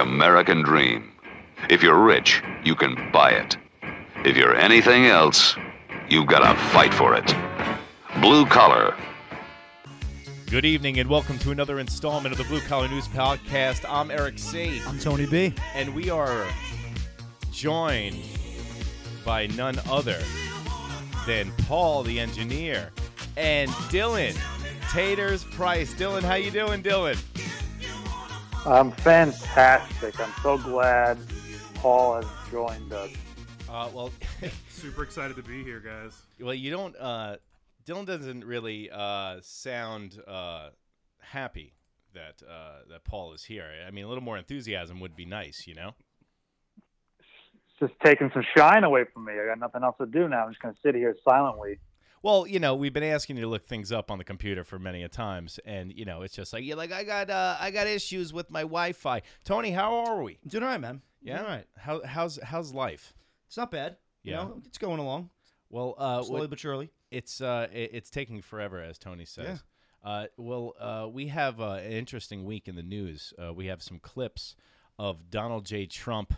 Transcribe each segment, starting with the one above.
American dream. If you're rich, you can buy it. If you're anything else, you've got to fight for it. Blue collar. Good evening and welcome to another installment of the Blue Collar News Podcast. I'm Eric C. I'm Tony B. and we are joined by none other than Paul the engineer and Dylan Taters Price. Dylan, how you doing, Dylan? I'm fantastic. I'm so glad Paul has joined us. Uh, well, Super excited to be here, guys. well, you don't. Uh, Dylan doesn't really uh, sound uh, happy that uh, that Paul is here. I mean, a little more enthusiasm would be nice, you know. It's just taking some shine away from me. I got nothing else to do now. I'm just going to sit here silently. Well, you know, we've been asking you to look things up on the computer for many a times, and you know, it's just like you're like, I got, uh, I got issues with my Wi-Fi. Tony, how are we? Doing all right, man. Yeah, Doing all right. How, how's how's life? It's not bad. You Yeah. know, it's going along Well, uh, slowly what- but surely. it's uh, it, it's taking forever, as Tony says. Uh, well, uh, we have uh, an interesting week in the news. Uh, we have some clips of Donald J. Trump.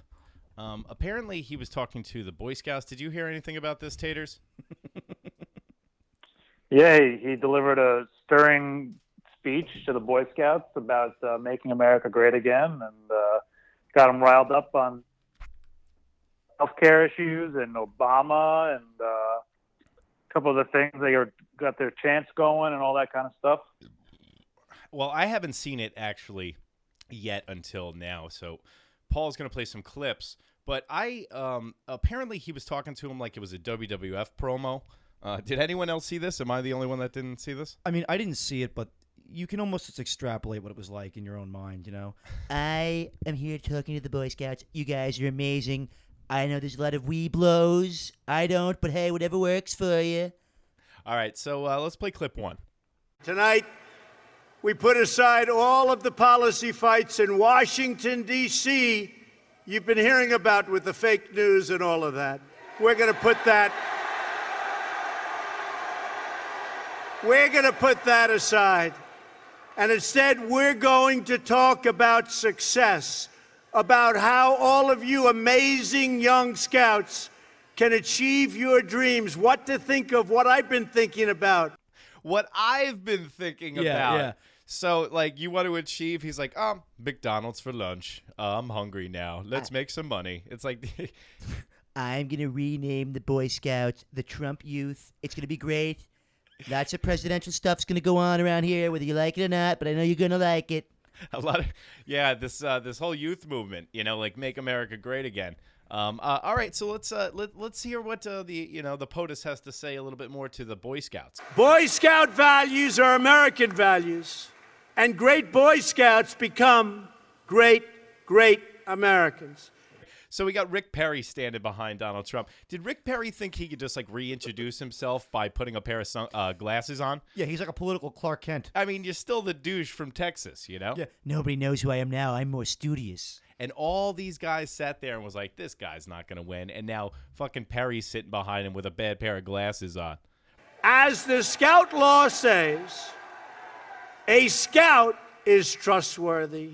Um, apparently, he was talking to the Boy Scouts. Did you hear anything about this, Taters? Yay, he delivered a stirring speech to the Boy Scouts about uh, making America great again and uh, got them riled up on healthcare issues and Obama and uh, a couple of the things. They are, got their chance going and all that kind of stuff. Well, I haven't seen it actually yet until now. So Paul's going to play some clips, but I um apparently he was talking to him like it was a WWF promo. Uh, did anyone else see this? Am I the only one that didn't see this? I mean, I didn't see it, but you can almost just extrapolate what it was like in your own mind, you know? I am here talking to the Boy Scouts. You guys are amazing. I know there's a lot of wee blows. I don't, but hey, whatever works for you. All right, so uh, let's play clip one. Tonight, we put aside all of the policy fights in Washington, D.C., you've been hearing about with the fake news and all of that. We're going to put that. We're going to put that aside. And instead, we're going to talk about success, about how all of you amazing young scouts can achieve your dreams, what to think of, what I've been thinking about. What I've been thinking Yeah, about. yeah. So, like, you want to achieve? He's like, um, McDonald's for lunch. Uh, I'm hungry now. Let's make some money. It's like, I'm going to rename the Boy Scouts the Trump Youth. It's going to be great. Lots of presidential stuff's going to go on around here, whether you like it or not, but I know you're going to like it. a lot of yeah this uh, this whole youth movement you know like make america great again um, uh, all right so let's uh, let, let's hear what uh, the you know the potus has to say a little bit more to the boy scouts Boy Scout values are American values, and great Boy Scouts become great, great Americans. so we got rick perry standing behind donald trump did rick perry think he could just like reintroduce himself by putting a pair of sun- uh, glasses on Yeah, he's like a political Clark Kent. i mean you're still the douche from texas you know Yeah. Nobody knows who I am now. I'm more studious. and all these guys sat there and was like this guy's not gonna win and now fucking perry's sitting behind him with a bad pair of glasses on As the Scout law says, a Scout is trustworthy,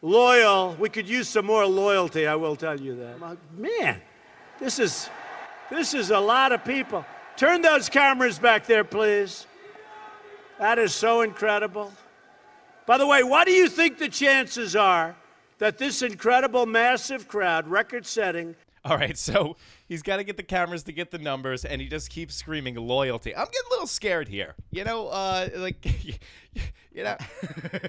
loyal. We could use some more loyalty, I will tell you that. My- Man, this is this is a lot of people. Turn those cameras back there, please. That is so incredible. By the way, what do you think the chances are that this incredible, massive crowd, record setting, All right, so he's got to get the cameras to get the numbers, and he just keeps screaming loyalty. I'm getting a little scared here. You know, uh, like, you know,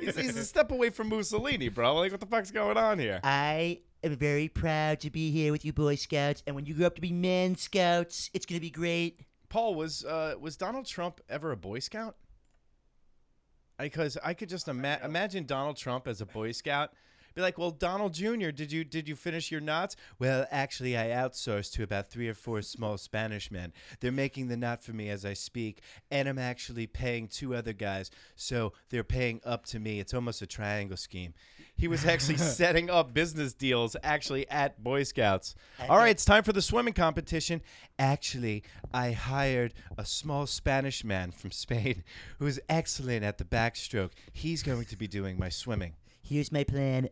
he's, he's a step away from Mussolini, bro. Like, what the fuck's going on here? I am very proud to be here with you, Boy Scouts. And when you grow up to be men scouts, it's going to be great. Paul was uh, was Donald Trump ever a Boy Scout? Because I could just ima- imagine Donald Trump as a Boy Scout. Be like, well, Donald Jr., did you did you finish your knots? Well, actually, I outsourced to about three or four small Spanish men. They're making the knot for me as I speak, and I'm actually paying two other guys, so they're paying up to me. It's almost a triangle scheme. He was actually setting up business deals, actually at Boy Scouts. All right, it's time for the swimming competition. Actually, I hired a small Spanish man from Spain who is excellent at the backstroke. He's going to be doing my swimming. here's my plan.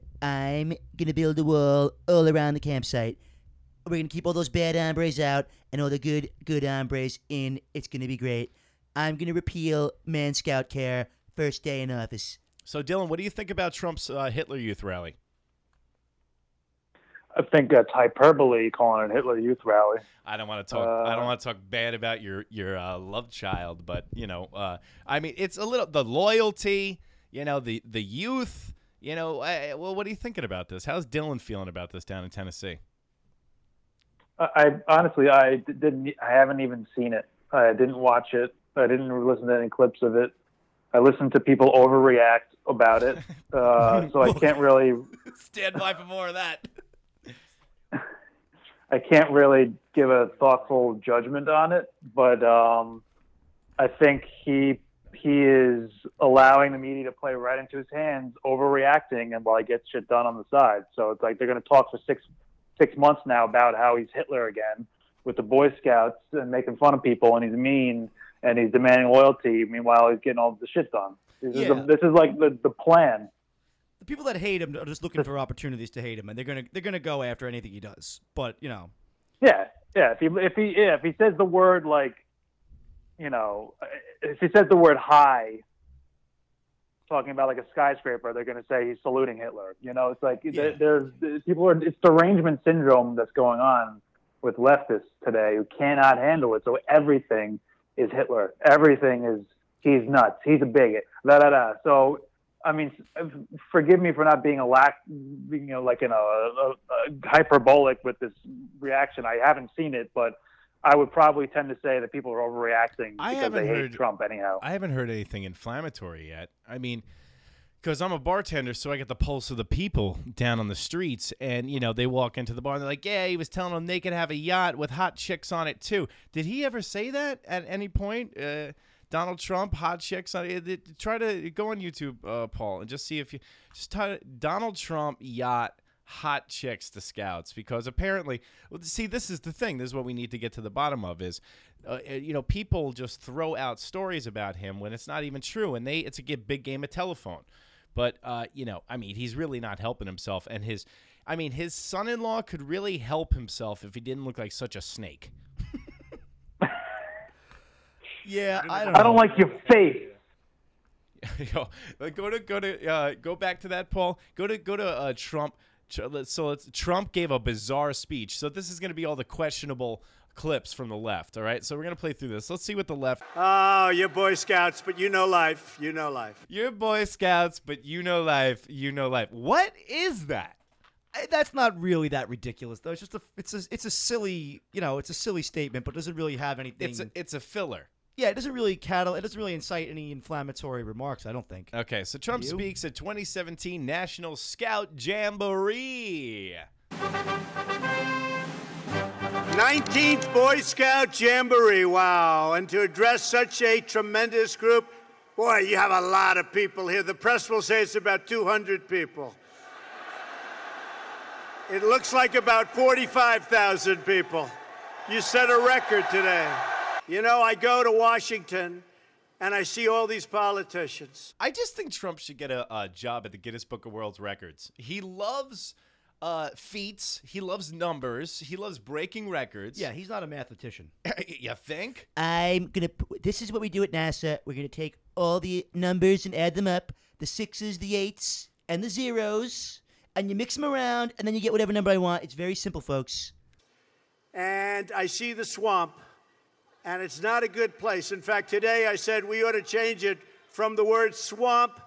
I'm going to build a wall all around the campsite. We're going to keep all those bad hombres out and all the good, good hombres in. It's going to be great. I'm going to repeal Man Scout Care first day in office. So, Dylan, what do you think about Trump's uh, Hitler Youth rally? I think that's hyperbole calling it Hitler Youth Rally. I don't want to talk. I Uh, don't want to talk bad about your your uh, love child, but you know, uh, I mean, it's a little the loyalty. You know, the the youth. You know, I, well, what are you thinking about this? How's Dylan feeling about this down in Tennessee? I I- honestly, I d- didn't. e, I haven't even seen it. I didn't watch it. I didn't listen to any clips of it. I listened to people overreact about it, uh, so I can't really. Stand by for more of that. I can't really give a thoughtful judgment on it. But um, I think he he is allowing the media to play right into his hands, overreacting, and while he gets shit done on the side. So it's like they're going to talk for six six months now about how he's Hitler again with the Boy Scouts and making fun of people, and he's mean and he's demanding loyalty. Meanwhile, he's getting all the shit done. This, is, Yeah. the, this is like the, the plan. The people that hate him are just looking for opportunities to hate him, and they're gonna they're gonna go after anything he does. But you know, Yeah, yeah. If he if he yeah, if he says the word like, you know, if he says the word high, talking about like a skyscraper, they're going to say he's saluting Hitler. You know, it's like there, there's the- people are it's derangement syndrome that's going on with leftists today who cannot handle it. So everything is Hitler. Everything is he's nuts. He's a bigot. Da da da. So. I mean, f- forgive me for not being a lack, you know, like in a, a, a hyperbolic with this reaction. I haven't seen it, but I would probably tend to say that people are overreacting I because haven't they heard- hate Trump anyhow. I haven't heard anything inflammatory yet. I mean, because I'm a bartender, so I get the pulse of the people down on the streets. And, you know, they walk into the bar and they're like, yeah, he was telling them they could have a yacht with hot chicks on it, too. Did he ever say that at any point? Uh, Donald Trump, hot chicks on it. it- Try to go on YouTube, uh, Paul, and just see if you just type Donald Trump yacht hot chicks to scouts because apparently well see this is the thing this is what we need to get to the bottom of is uh, uh, you know people just throw out stories about him when it's not even true and they it's a g- big game of telephone but uh, you know i mean he's really not helping himself and his i mean his son-in-law could really help himself if he didn't look like such a snake yeah, I don't. I don't like your face. Yo, like, go to go to uh, go back to that Paul. Go to go to uh, Trump. Tr- let's- So let's, Trump gave a bizarre speech. So this is going to be all the questionable clips from the left. All right. So we're going to play through this. Let's see what the left. Oh, you're Boy Scouts, but you know life. You know life. You're Boy Scouts, but you know life. You know life. What is that? I- that's not really that ridiculous though. It's just a it's a it's a silly you know it's a silly statement, but it doesn't really have anything. It's a, it's a filler. yeah, it doesn't really cattle. It doesn't really incite any inflammatory remarks. I don't think. Okay. So Trump You? speaks at 2017 National Scout Jamboree. 19th Boy Scout Jamboree. Wow. And to address such a tremendous group, boy, you have a lot of people here. The press will say it's about 200 people. It looks like about 45,000 people. You set a record today. You know, I go to Washington and I see all these politicians. I just think Trump should get a, a job at the Guinness Book of World Records. He loves uh, feats. He loves numbers. He loves breaking records. Yeah, he's not a mathematician. you think? I'm gonna. p- This is what we do at NASA. We're gonna take all the numbers and add them up: the sixes, the eights, and the zeros, and you mix them around, and then you get whatever number I want. It's very simple, folks. and I see the swamp, and it's not a good place. In fact, today I said we ought to change it from the word swamp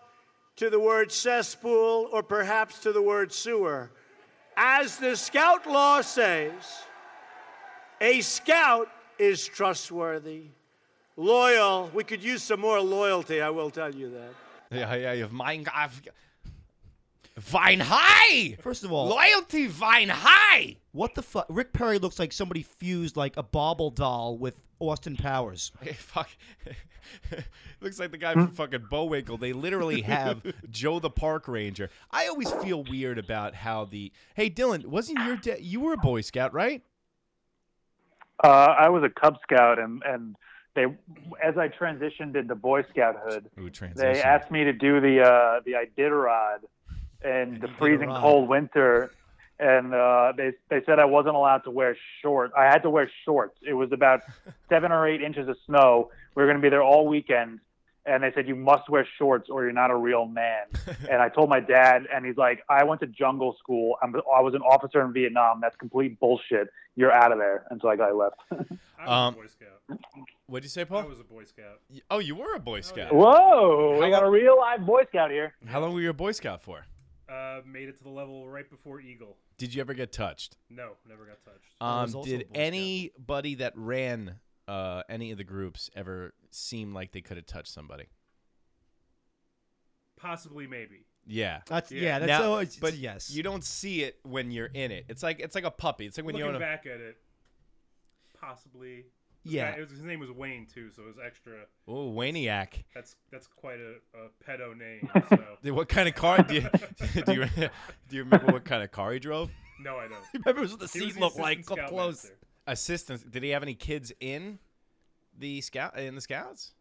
to the word cesspool or perhaps to the word sewer. As the scout law says, a scout is trustworthy, loyal. We could use some more loyalty, I will tell you that. Yeah, yeah. You've mine. I've, Vine High. First of all, Loyalty, Vine High. what the fuck? Rick Perry looks like somebody fused like a bobble doll with Austin Powers. Hey, fuck. Looks like the guy from fucking Bullwinkle. They literally have Joe the Park Ranger. I always feel weird about how the. Hey, Dylan, wasn't your dad? You were a Boy Scout, right? Uh, I was a Cub Scout, and and they, as I transitioned into Boy Scouthood, Ooh, transition. they asked me to do the uh, the Iditarod and, the you did freezing awry. cold winter. And uh, they they said I wasn't allowed to wear shorts. I had to wear shorts. It was about seven or eight inches of snow. We were going to be there all weekend, and they said you must wear shorts or you're not a real man. and I told my dad, and he's like, I went to jungle school. I'm, I was an officer in Vietnam. That's complete bullshit. You're out of there. And so I got left. I was Um, a Boy Scout. What'd you say, I Paul? was a Boy Scout. Oh, you were a Boy Scout. Whoa! How I got a real live Boy Scout here. How long were you a Boy Scout for? Uh, made it to the level right before Eagle. Did you ever get touched? No, never got touched. I Um, was also a did Boy Scout. anybody that ran uh, any of the groups ever seem like they could have touched somebody? Possibly, maybe. Yeah. That's yeah. Yeah. that's Now- always, but yes. You don't see it when you're in it. It's like it's like a puppy. It's like when you Looking own a back at it, possibly. This Yeah. guy- it was- his name was Wayne too, so it was extra. oh Waniac. That's that's quite a, a pedo name. So Dude, What kind of car do you do you do you remember what kind of car he drove? no, I don't. remember what the He was seat the looked like assistant up scout close. master. Assistants? Did he have any kids in the scout in the scouts?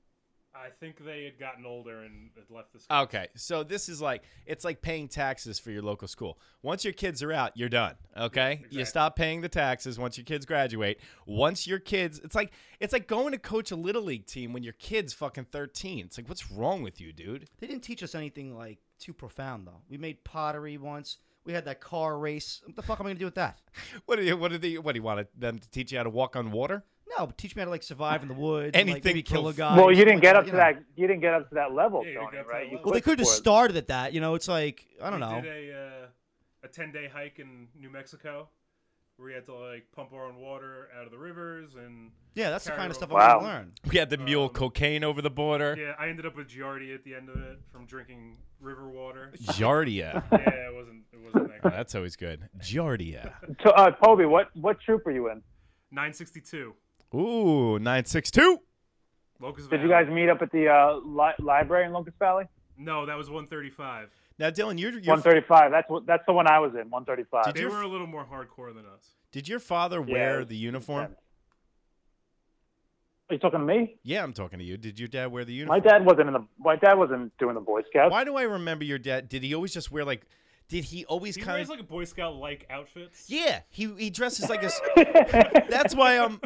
I think they had gotten older and had left the Uh, school. Okay, so this is like it's like paying taxes for your local school. Once your kids are out, you're done. Okay, you exactly. stop paying the taxes once your kids graduate. Once your kids, it's like it's like going to coach a little league team when your kid's fucking 13. It's like what's wrong with you, dude? They didn't teach us anything like too profound though. We made pottery once. We had that car race. What the fuck am I gonna do with that? What do you what do they what do you want them to teach you how to walk on water? No, but teach me how to like survive in the woods. and, like, Anything maybe kill a prof- guy. well, or you didn't something get like up to you know. that. You didn't get up to that level, Yeah, you Tony, got to right? that You level. Well, they quit could have for just it. started at that. You know, it's like I don't We know. Did a uh, a ten day hike in New Mexico, where we had to like pump our own water out of the rivers, and Yeah, that's the carry kind of rope. stuff I want to Wow. learn. We had the mule Um, cocaine over the border. Yeah, I ended up with Giardia at the end of it from drinking river water. Giardia. yeah, it wasn't it wasn't that good. Oh, That's always good. Giardia. So, uh, Poby, what what troop were you in? Nine sixty two. Ooh, 962. Locust Did Valley. you guys meet up at the uh, li- library in Locust Valley? No, that was one thirty five. Now, Dylan, you're, you're, One thirty-five. That's what. That's the one I was in. One thirty-five. Did They your were f- a little more hardcore than us. did your father wear the uniform? Are you talking to me? Yeah, I'm talking to you. Did your dad wear the My uniform? dad wasn't in the. My dad wasn't doing the Boy Scouts. Why do I remember your dad? Did he always just wear like? Did he always He kind wears of? like a Boy Scout like outfits. yeah, he he dresses like a. s- that's why I'm.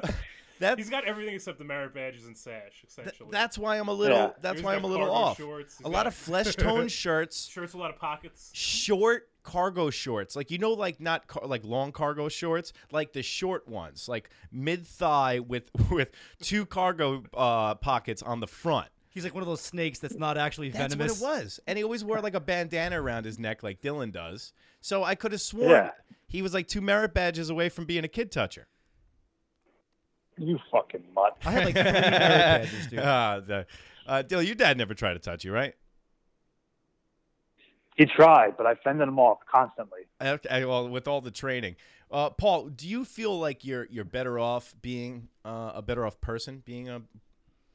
That's He's got everything except the merit badges and sash, essentially. that's why I'm a little. Yeah. That's He's why got I'm a little cargo off. shorts. He's A lot got- of flesh tone shirts, shirts, a lot of pockets. short cargo shorts, like you know, like not car- like long cargo shorts, like the short ones, like mid thigh with with two cargo uh, pockets on the front. He's like one of those snakes that's not actually That's venomous. what it was. And he always wore like a bandana around his neck, like Dylan does. So I could have sworn Yeah. he was like two merit badges away from being a kid toucher. You fucking mutt. I had like three merit badges, dude. Ah, the- uh, Dylan, your dad never tried to touch you, right? He tried, but I fended him off constantly. Okay, well, with all the training, uh, Paul, do you feel like you're you're better off being uh, a better off person being a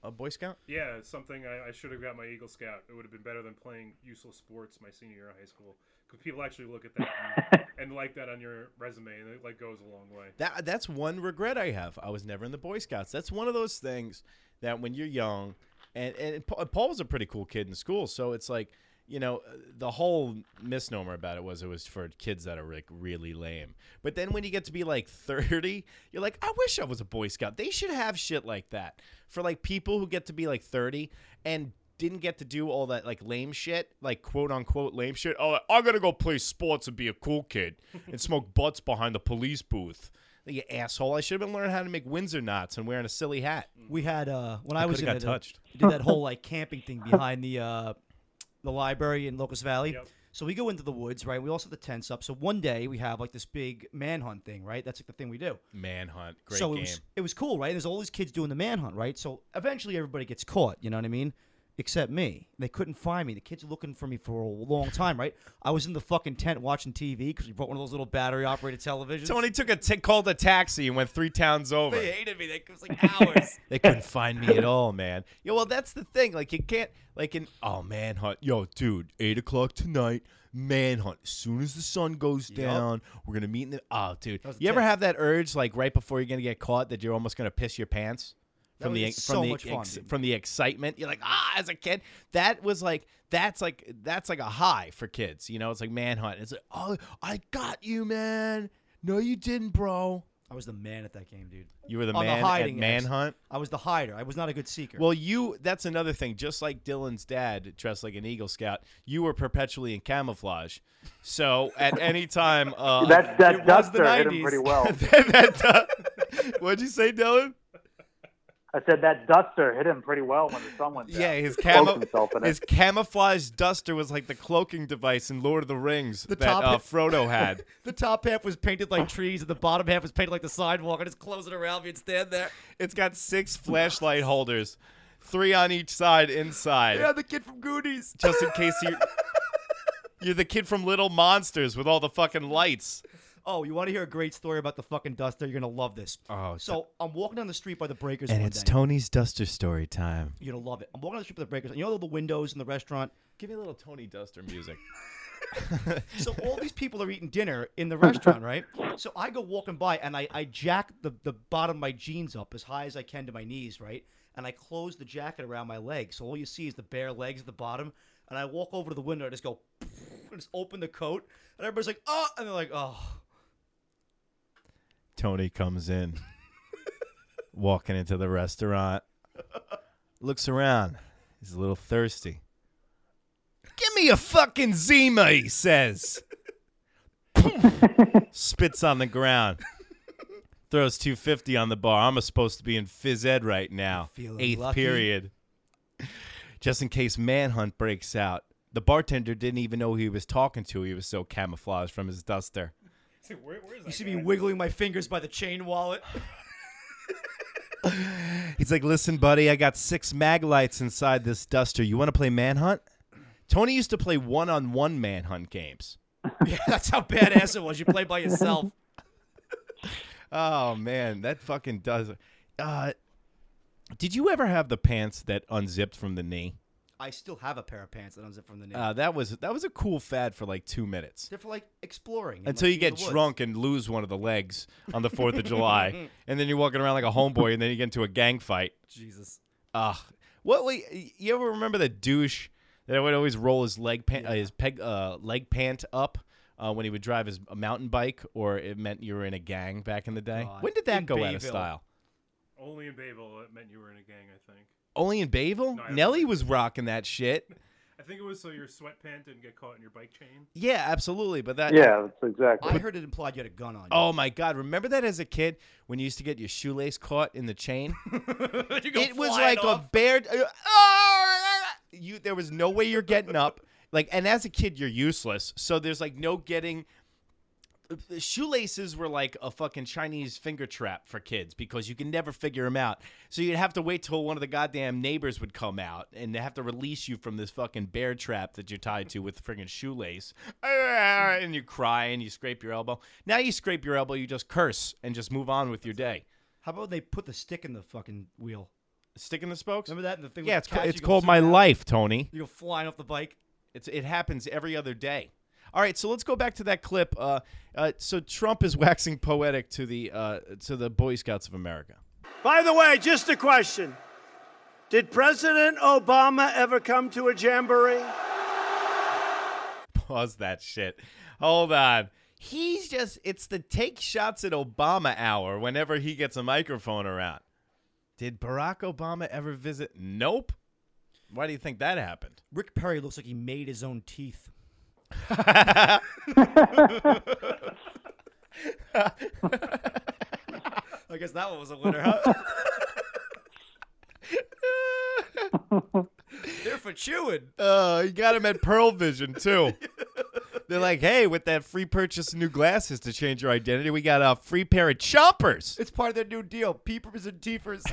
a Boy Scout? Yeah, it's something I, I should have got my Eagle Scout. It would have been better than playing useless sports my senior year of high school. Because people actually look at that and, and like that on your resume, and it like goes a long way. That that's one regret I have. I was never in the Boy Scouts. That's one of those things that when you're young, and and Pa- Paul was a pretty cool kid in school, so it's like you know uh, the whole misnomer about it was it was for kids that are like really lame. But then when you get to be like 30, you're like, I wish I was a Boy Scout. They should have shit like that for like people who get to be like 30 and didn't get to do all that like lame shit, like quote unquote lame shit. Oh, I'm gonna go play sports and be a cool kid and smoke butts behind the police booth. You asshole! I should have been learning how to make Windsor knots and wearing a silly hat. We had uh when I, was in coulda it, got uh, touched. we did that whole like camping thing behind the uh the library in Locust Valley. Yep. So we go into the woods, right? We also have the tents up. So one day we have like this big manhunt thing, right? That's like the thing we do. Manhunt, great so game. it was it was cool, right? And there's all these kids doing the manhunt, right? So eventually everybody gets caught, you know what I mean? Except me. They couldn't find me. The kids were looking for me for a long time, right? I was in the fucking tent watching TV because we brought one of those little battery operated televisions. Tony took a t- called a taxi and went three towns over. They hated me. They, it was like hours. They couldn't find me at all, man. Yo, well, that's the thing. Like, you can't, like, in, oh, manhunt. Yo, dude, 8 o'clock tonight, manhunt. As soon as the sun goes down, we're going to meet in the, oh, dude. That was You ever intense. have that urge, like, right before you're going to get caught that you're almost going to piss your pants? from was the just from so the much fun, ex- dude. from the excitement. You're like, ah, as a kid, that was like that's like that's like a high for kids. You know, it's like manhunt. It's like, oh, I got you, man. No, you didn't, bro. I was the man at that game, dude. You were the On man the hiding at axe. manhunt. I was the hider. I was not a good seeker. Well, you that's another thing. Just like Dylan's dad dressed like an Eagle Scout, you were perpetually in camouflage. So at any time, uh, That- that it was the duster hit him 90s. pretty well. That- that du- what'd you say, Dylan? I said that duster hit him pretty well when the sun went down. Yeah, his He camo- cloaked himself in it. His camouflage duster was like the cloaking device in Lord of the Rings The that top uh, hat. Frodo had. the top half was painted like trees, and the bottom half was painted like the sidewalk. I just close it around me and stand there. It's got six flashlight holders, three on each side inside. Yeah, the kid from Goonies. just in case you you're the kid from Little Monsters with all the fucking lights. Oh, you want to hear a great story about the fucking duster? You're gonna love this. Oh, so I'm walking down the street by the breakers, And one it's day. Tony's Duster story time. You're gonna love it. I'm walking down the street by the breakers. and You know the windows in the restaurant. Give me a little Tony Duster music. So all these people are eating dinner in the restaurant, right? So I go walking by and I, I jack the, the bottom of my jeans up as high as I can to my knees, right? And I close the jacket around my legs. So all you see is the bare legs at the bottom. And I walk over to the window, I just go and just open the coat. And everybody's like, oh, and they're like, oh. Tony comes in, walking into the restaurant, looks around. He's a little thirsty. Give me a fucking Zima, he says. Spits on the ground. Throws 250 on the bar. I'm supposed to be in phys ed right now. Feeling Eighth lucky. period. Just in case manhunt breaks out. The bartender didn't even know who he was talking to. He was so camouflaged from his duster. Say, Where, where is that You see guy? me wiggling my fingers by the chain wallet. He's like, listen, buddy, I got six mag lights inside this duster. You want to play manhunt? Tony used to play one on one manhunt games. yeah, that's how badass it was. You play by yourself. Oh, man, that fucking does. Uh, did you ever have the pants that unzipped from the knee? I still have a pair of pants that unzip from the knee. Uh, that was that was a cool fad for like two minutes They're for like exploring. and, until like, you being in get the woods. drunk and lose one of the legs on the Fourth of July, and then you're walking around like a homeboy, and then you get into a gang fight. Jesus. Ugh. What we you ever remember the douche that would always roll his leg pant, uh, his peg uh, leg pant up uh, when he would drive his mountain bike, or it meant you were in a gang back in the day. God. When did that In go out of Bayville. style? Only in Babel it meant you were in a gang, I think. Only in Bayville, No, I don't Nelly remember. was rocking that shit. I think it was so your sweatpant didn't get caught in your bike chain. Yeah, absolutely. But uh, that yeah, that's exactly. I heard it implied you had a gun on you. Oh my God! Remember that as a kid when you used to get your shoelace caught in the chain? it was like a bear. uh, You there was no way you're getting up. Like, and as a kid, you're useless. So there's like no getting. the Shoelaces were like a fucking Chinese finger trap for kids because you can never figure them out. So you'd have to wait till one of the goddamn neighbors would come out and they have to release you from this fucking bear trap that you're tied to with the friggin' shoelace. And you cry and you scrape your elbow. Now you scrape your elbow, you just curse and just move on with your day. How about they put the stick in the fucking wheel? Stick in the spokes. Remember that in the thing? Yeah, with it's, the ca- catch, it's you go called zoom My out, Life, Tony. You go flying off the bike. It's it happens every other day. All right, so let's go back to that clip. Uh, uh, so Trump is waxing poetic to the uh, to the Boy Scouts of America. By the way, just a question. Did President Obama ever come to a jamboree? Pause that shit. Hold on. He's just it's the take shots at Obama hour whenever he gets a microphone around. Did Barack Obama ever visit? Nope. Why do you think that happened? Rick Perry looks like he made his own teeth. I guess that one was a winner, huh? They're for chewing. Uh, you got him at Pearl Vision too. They're like, hey, with that free purchase of new glasses to change your identity, we got a free pair of chompers. It's part of their new deal. Peepers and teepers.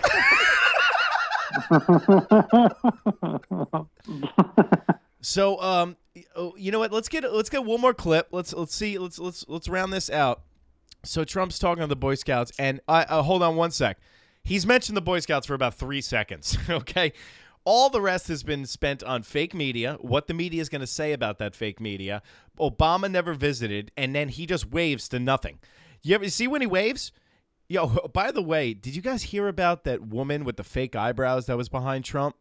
So, um, y- oh, you know what? Let's get let's get one more clip. Let's let's see. Let's let's let's round this out. So Trump's talking to the Boy Scouts, and I uh, hold on one sec. He's mentioned the Boy Scouts for about three seconds. Okay, all the rest has been spent on fake media. What the media is going to say about that fake media? Obama never visited, and then he just waves to nothing. You ever you see when he waves? Yo, by the way, did you guys hear about that woman with the fake eyebrows that was behind Trump?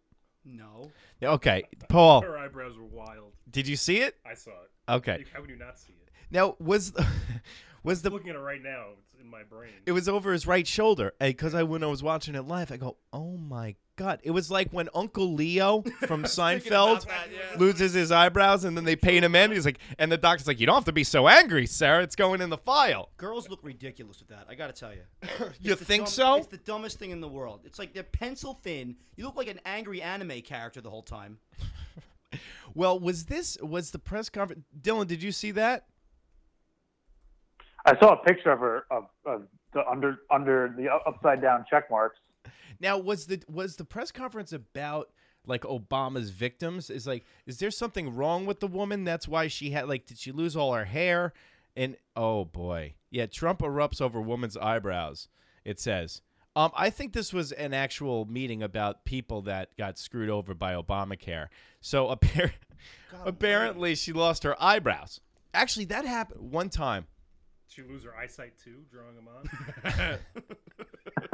No. Okay, Paul, Her eyebrows were wild. did you see it? I saw it. Okay. How would you not see it? Now was was the I'm looking at it right now. It's in my brain. it was over his right shoulder because I when I was watching it live, I go, oh my god! It was like when Uncle Leo from Seinfeld loses his eyebrows and then they paint him in. He's like, and the doctor's like, you don't have to be so angry, Sarah. It's going in the file. Girls look ridiculous with that. I gotta tell you. It's You the think dumb- so? It's the dumbest thing in the world. It's like they're pencil thin. You look like an angry anime character the whole time. Well, was this was the press conference? Dylan, did you see that? I saw a picture of her of, of the under under the upside down check marks. Now, was the was the press conference about like Obama's victims? Is like, is there something wrong with the woman? That's why she had like, did she lose all her hair? And oh boy, yeah, Trump erupts over woman's eyebrows. It says, um, I think this was an actual meeting about people that got screwed over by Obamacare. So appar- apparently, she lost her eyebrows. Actually, that happened one time. Did she lose her eyesight too, drawing them on?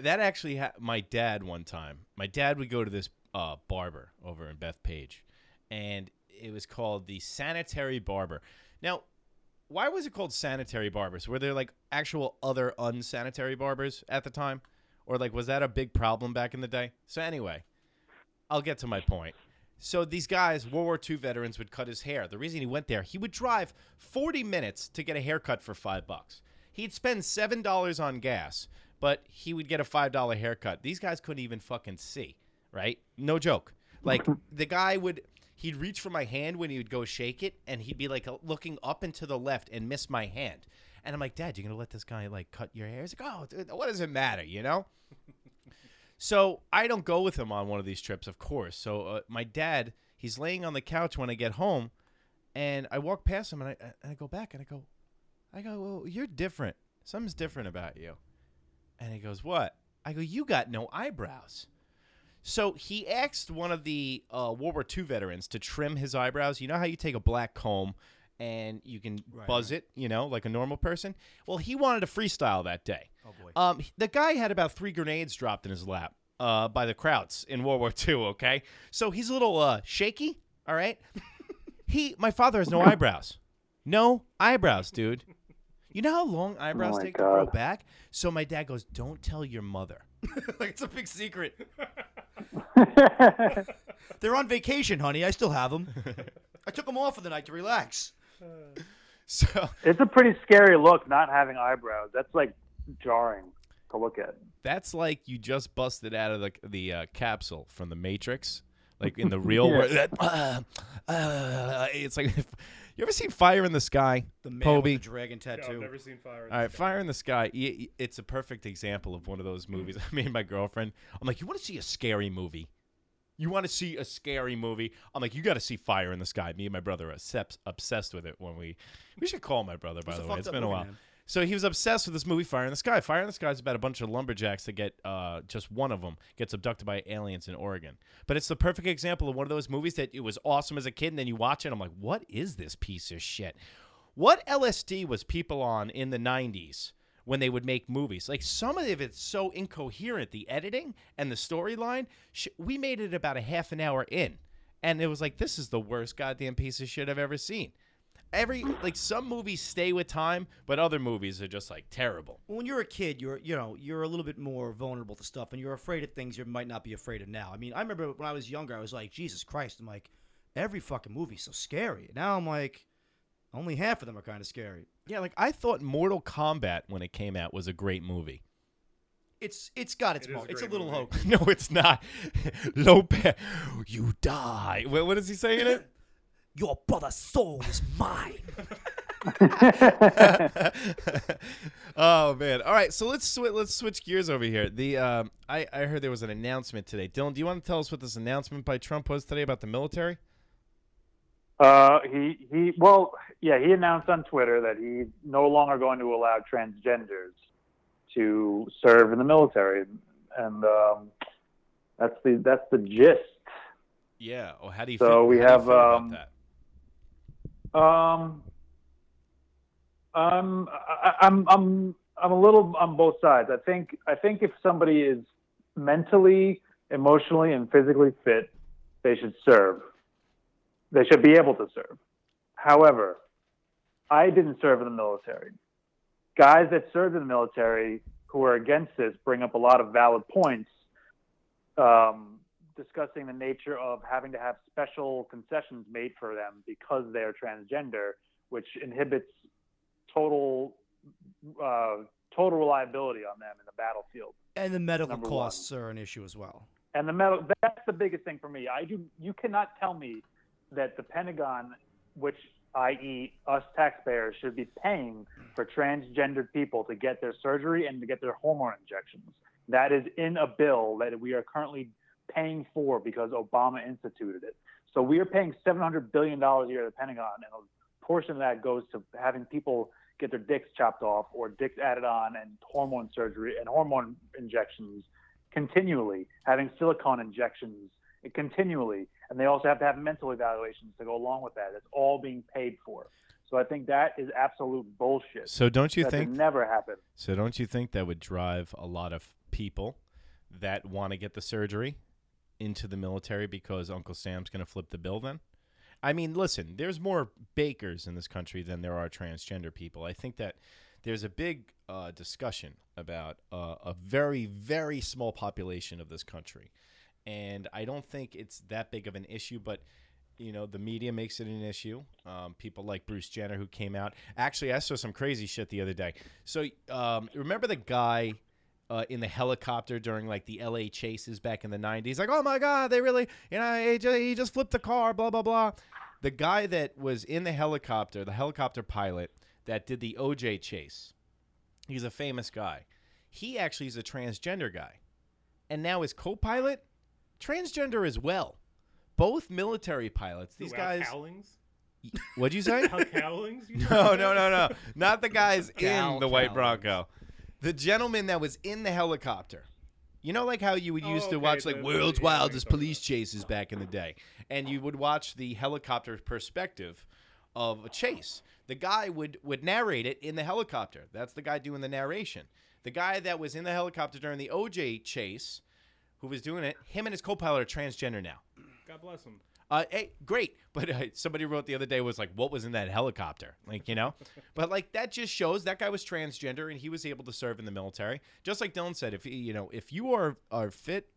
That actually, ha- my dad one time. My dad would go to this uh, barber over in Bethpage, and it was called the Sanitary Barber. Now, why was it called Sanitary Barbers? Were there like actual other unsanitary barbers at the time, or like was that a big problem back in the day? So anyway, I'll get to my point. So these guys, World War II veterans, would cut his hair. The reason he went there, he would drive 40 minutes to get a haircut for five bucks. He'd spend seven dollars on gas, but he would get a five dollar haircut. These guys couldn't even fucking see, right? No joke. Like the guy would, he'd reach for my hand when he would go shake it, and he'd be like looking up and to the left and miss my hand. And I'm like, Dad, you're gonna let this guy like cut your hair? He's like, Oh, dude, what does it matter, you know? So I don't go with him on one of these trips, of course. So uh, my dad, he's laying on the couch when I get home, and I walk past him, and I and I go back, and I go, I go, well, you're different. Something's different about you. And he goes, what? I go, you got no eyebrows. So he asked one of the uh, World War II veterans to trim his eyebrows. You know how you take a black comb and you can buzz it, you know, like a normal person. Well, he wanted to freestyle that day. Oh boy! Um, the guy had about three grenades dropped in his lap uh, by the Krauts in World War II. Okay, so he's a little uh, shaky. All right. he, my father has no eyebrows. No eyebrows, dude. You know how long eyebrows Oh, my take to grow God. back? So my dad goes, "Don't tell your mother." like it's a big secret. They're on vacation, honey. I still have them. I took them off for the night to relax. So It's a pretty scary look, not having eyebrows. That's like jarring to look at. that's like you just busted out of the the uh, capsule from the Matrix, like in the real world. Uh, uh, it's like you ever seen Fire in the Sky? The man Kobe. with the dragon No, I've tattoo. never seen fire. in All the right, sky. Fire in the Sky. y- y- It's a perfect example of one of those movies. Mm. I mean, my girlfriend. I'm like, you want to see a scary movie? You want to see a scary movie? I'm like, you got to see Fire in the Sky. Me and my brother are obsessed, obsessed with it. When we we should call my brother. By It's a the way, fucked it's up been a movie, while. man. So he was obsessed with this movie, Fire in the Sky. Fire in the Sky is about a bunch of lumberjacks that get uh, just one of them gets abducted by aliens in Oregon. But it's the perfect example of one of those movies that it was awesome as a kid, and then you watch it, and I'm like, what is this piece of shit? What LSD was people on in the 90s when they would make movies? Like some of it's so incoherent, the editing and the storyline. Sh- we made it about a half an hour in, and it was like, this is the worst goddamn piece of shit I've ever seen every like some movies stay with time, but other movies are just like terrible. Well, when you're a kid, you're you know you're a little bit more vulnerable to stuff, and you're afraid of things you might not be afraid of now. I mean, I remember when I was younger, I was like, Jesus Christ! I'm like, every fucking movie's so scary. Now I'm like, only half of them are kind of scary. Yeah, like I thought Mortal Kombat when it came out was a great movie. It's it's got its It is moments. a It's a great little movie. hoax. No, it's not. Lopez, you die. Wait, what is he saying? It. Your brother's soul is mine. oh man. All right, so let's sw- let's switch gears over here. The um, I I heard there was an announcement today. Dylan, do you want to tell us what this announcement by Trump was today about the military? Uh, he he. Well, yeah, he announced on Twitter that he's no longer going to allow transgenders to serve in the military, and um, that's the that's the gist. Yeah. Oh, how do you? So feel, we how do you have, feel about um, that? Um, um, I, I- I'm, I'm, I'm a little on both sides. I think I think if somebody is mentally, emotionally, and physically fit, they should serve. They should be able to serve. However, I didn't serve in the military. Guys that served in the military who are against this bring up a lot of valid points, um, discussing the nature of having to have special concessions made for them because they are transgender, which inhibits total uh, total reliability on them in the battlefield. And the medical Number one. costs are an issue as well. And the metal that's the biggest thing for me. I do you cannot tell me that the Pentagon, which i.e. us taxpayers should be paying for transgendered people to get their surgery and to get their hormone injections. That is in a bill that we are currently paying for because Obama instituted it. So we are paying $700 billion a year to the Pentagon, and a portion of that goes to having people get their dicks chopped off or dicks added on and hormone surgery and hormone injections continually, having silicone injections continually, and they also have to have mental evaluations to go along with that. It's all being paid for. So I think that is absolute bullshit. So don't you that should think? never happen? So don't you think that would drive a lot of people that want to get the surgery into the military because Uncle Sam's going to flip the bill then? I mean, listen, there's more bakers in this country than there are transgender people. I think that there's a big uh, discussion about uh, a very, very small population of this country. And I don't think it's that big of an issue, but you know the media makes it an issue um, people like bruce jenner who came out actually i saw some crazy shit the other day so um, remember the guy uh, in the helicopter during like the la chases back in the 90s like oh my god they really you know he just, he just flipped the car blah blah blah the guy that was in the helicopter the helicopter pilot that did the oj chase he's a famous guy he actually is a transgender guy and now his co-pilot transgender as well both military pilots these Who, guys Al Cowlings? What'd you say? Al Cowlings? You no, no, no, no. Not the guys in Cal the White Cowlings. Bronco. The gentleman that was in the helicopter. You know, like how you would Oh, used to okay, watch like the- World's yeah, I know what you're Wildest talking Police Chases back in the day, and you would watch the helicopter perspective of a chase. The guy would would narrate it in the helicopter. That's the guy doing the narration. The guy that was in the helicopter during the OJ chase, who was doing it, him and his co-pilot are transgender now. God bless him. Uh, hey, great. But uh, somebody wrote the other day was like, what was in that helicopter? Like, you know? but like that just shows that guy was transgender and he was able to serve in the military. Just like Dylan said, if he- you know, if you are are fit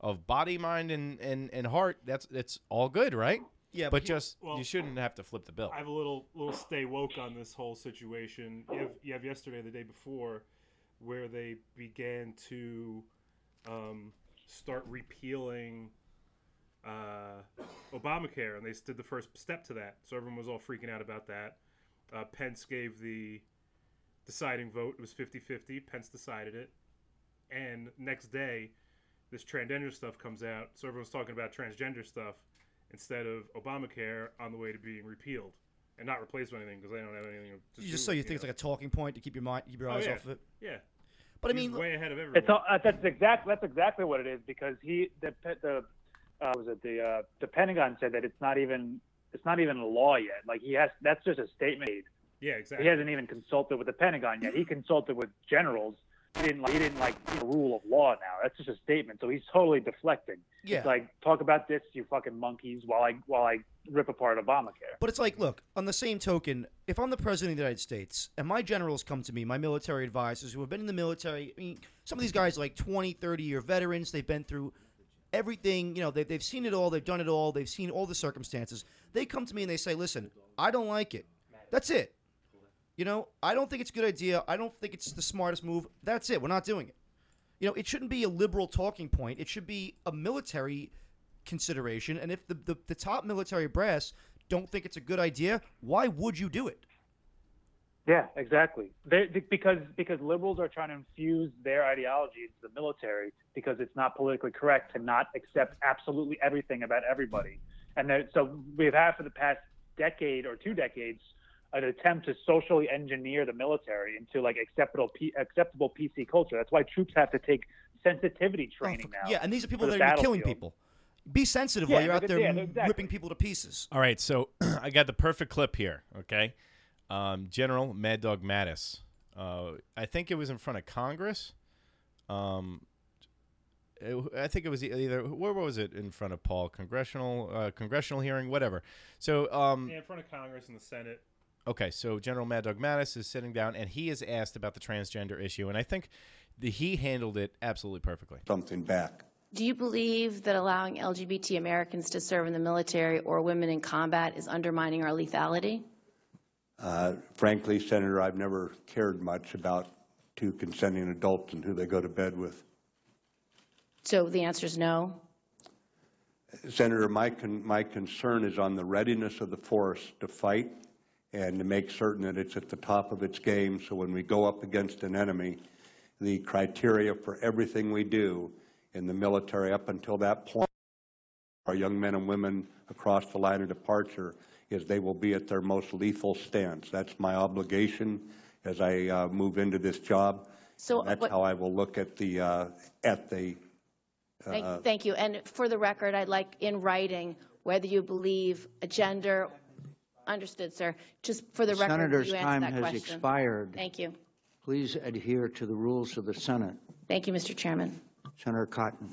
of body, mind, and and, and heart, that's it's all good, right? Yeah, But just well- you shouldn't have to flip the bill. I have a little little stay woke on this whole situation. You have, you have yesterday, the day before, where they began to um, start repealing uh, Obamacare, and they did the first step to that. So everyone was all freaking out about that. Uh, Pence gave the deciding vote. It was 50-50. Pence decided it, and next day, this transgender stuff comes out. So everyone's talking about transgender stuff instead of Obamacare on the way to being repealed and not replaced with anything because they don't have anything. To You do, just so you think it's like a talking point to keep your mind, keep your Oh, eyes yeah. off of it. yeah. But I He's mean, way ahead of everyone. It's all, uh, that's exact. That's exactly what it is because he the pe- the uh, was it the uh, the Pentagon said that it's not even it's not even a law yet. Like he has that's just a statement. made. yeah, exactly. He hasn't even consulted with the Pentagon yet. He consulted with generals. He didn't like, he didn't like the rule of law now. That's just a statement. So he's totally deflecting. yeah. It's like talk about this, you fucking monkeys, while I while I rip apart Obamacare. But it's like, look, on the same token, if I'm the president of the United States and my generals come to me, my military advisors who have been in the military, I mean, some of these guys are like 20, 30 year veterans, they've been through everything, you know, they, they've seen it all, they've done it all, they've seen all the circumstances. They come to me and they say, listen, I don't like it. That's it. You know, I don't think it's a good idea. I don't think it's the smartest move. That's it. We're not doing it. You know, it shouldn't be a liberal talking point. It should be a military consideration. And if the, the, the top military brass don't think it's a good idea, why would you do it? Yeah, exactly. They, th- because because liberals are trying to infuse their ideology into the military because it's not politically correct to not accept absolutely everything about everybody, and they're- so we've had for the past decade or two decades an attempt to socially engineer the military into like acceptable P- acceptable PC culture. That's why troops have to take sensitivity training now. Yeah, and these are people for the that are killing battlefield. people. Be sensitive Yeah, while you're no, out th- there yeah, m- exactly. ripping people to pieces. All right, so I got the perfect clip here. Okay, um, General Mad Dog Mattis Uh, I think it was in front of Congress. Um, it- I think it was e- either where was it in front of Paul? Congressional uh, congressional hearing, whatever. So um, Yeah, in front of Congress and the Senate. Okay, so General Mad Dog Mattis is sitting down, and he is asked about the transgender issue, and I think the, he handled it absolutely perfectly. something back. Do you believe that allowing LGBT Americans to serve in the military or women in combat is undermining our lethality? Uh, frankly, Senator, I've never cared much about two consenting adults and who they go to bed with. So the answer is no. Senator, my, con- my concern is on the readiness of the force to fight and to make certain that it's at the top of its game so when we go up against an enemy, the criteria for everything we do in the military up until that point, our young men and women across the line of departure, is they will be at their most lethal stance. That's my obligation as I uh, move into this job. So And that's what- how I will look at the, uh, at the uh, Thank, thank you. And for the record, I'd like in writing whether you believe a gender. Understood, sir. Just for the record, Senator's you answered time that has question. expired. Thank you. Please adhere to the rules of the Senate. Thank you, Mr. Chairman. Senator Cotton.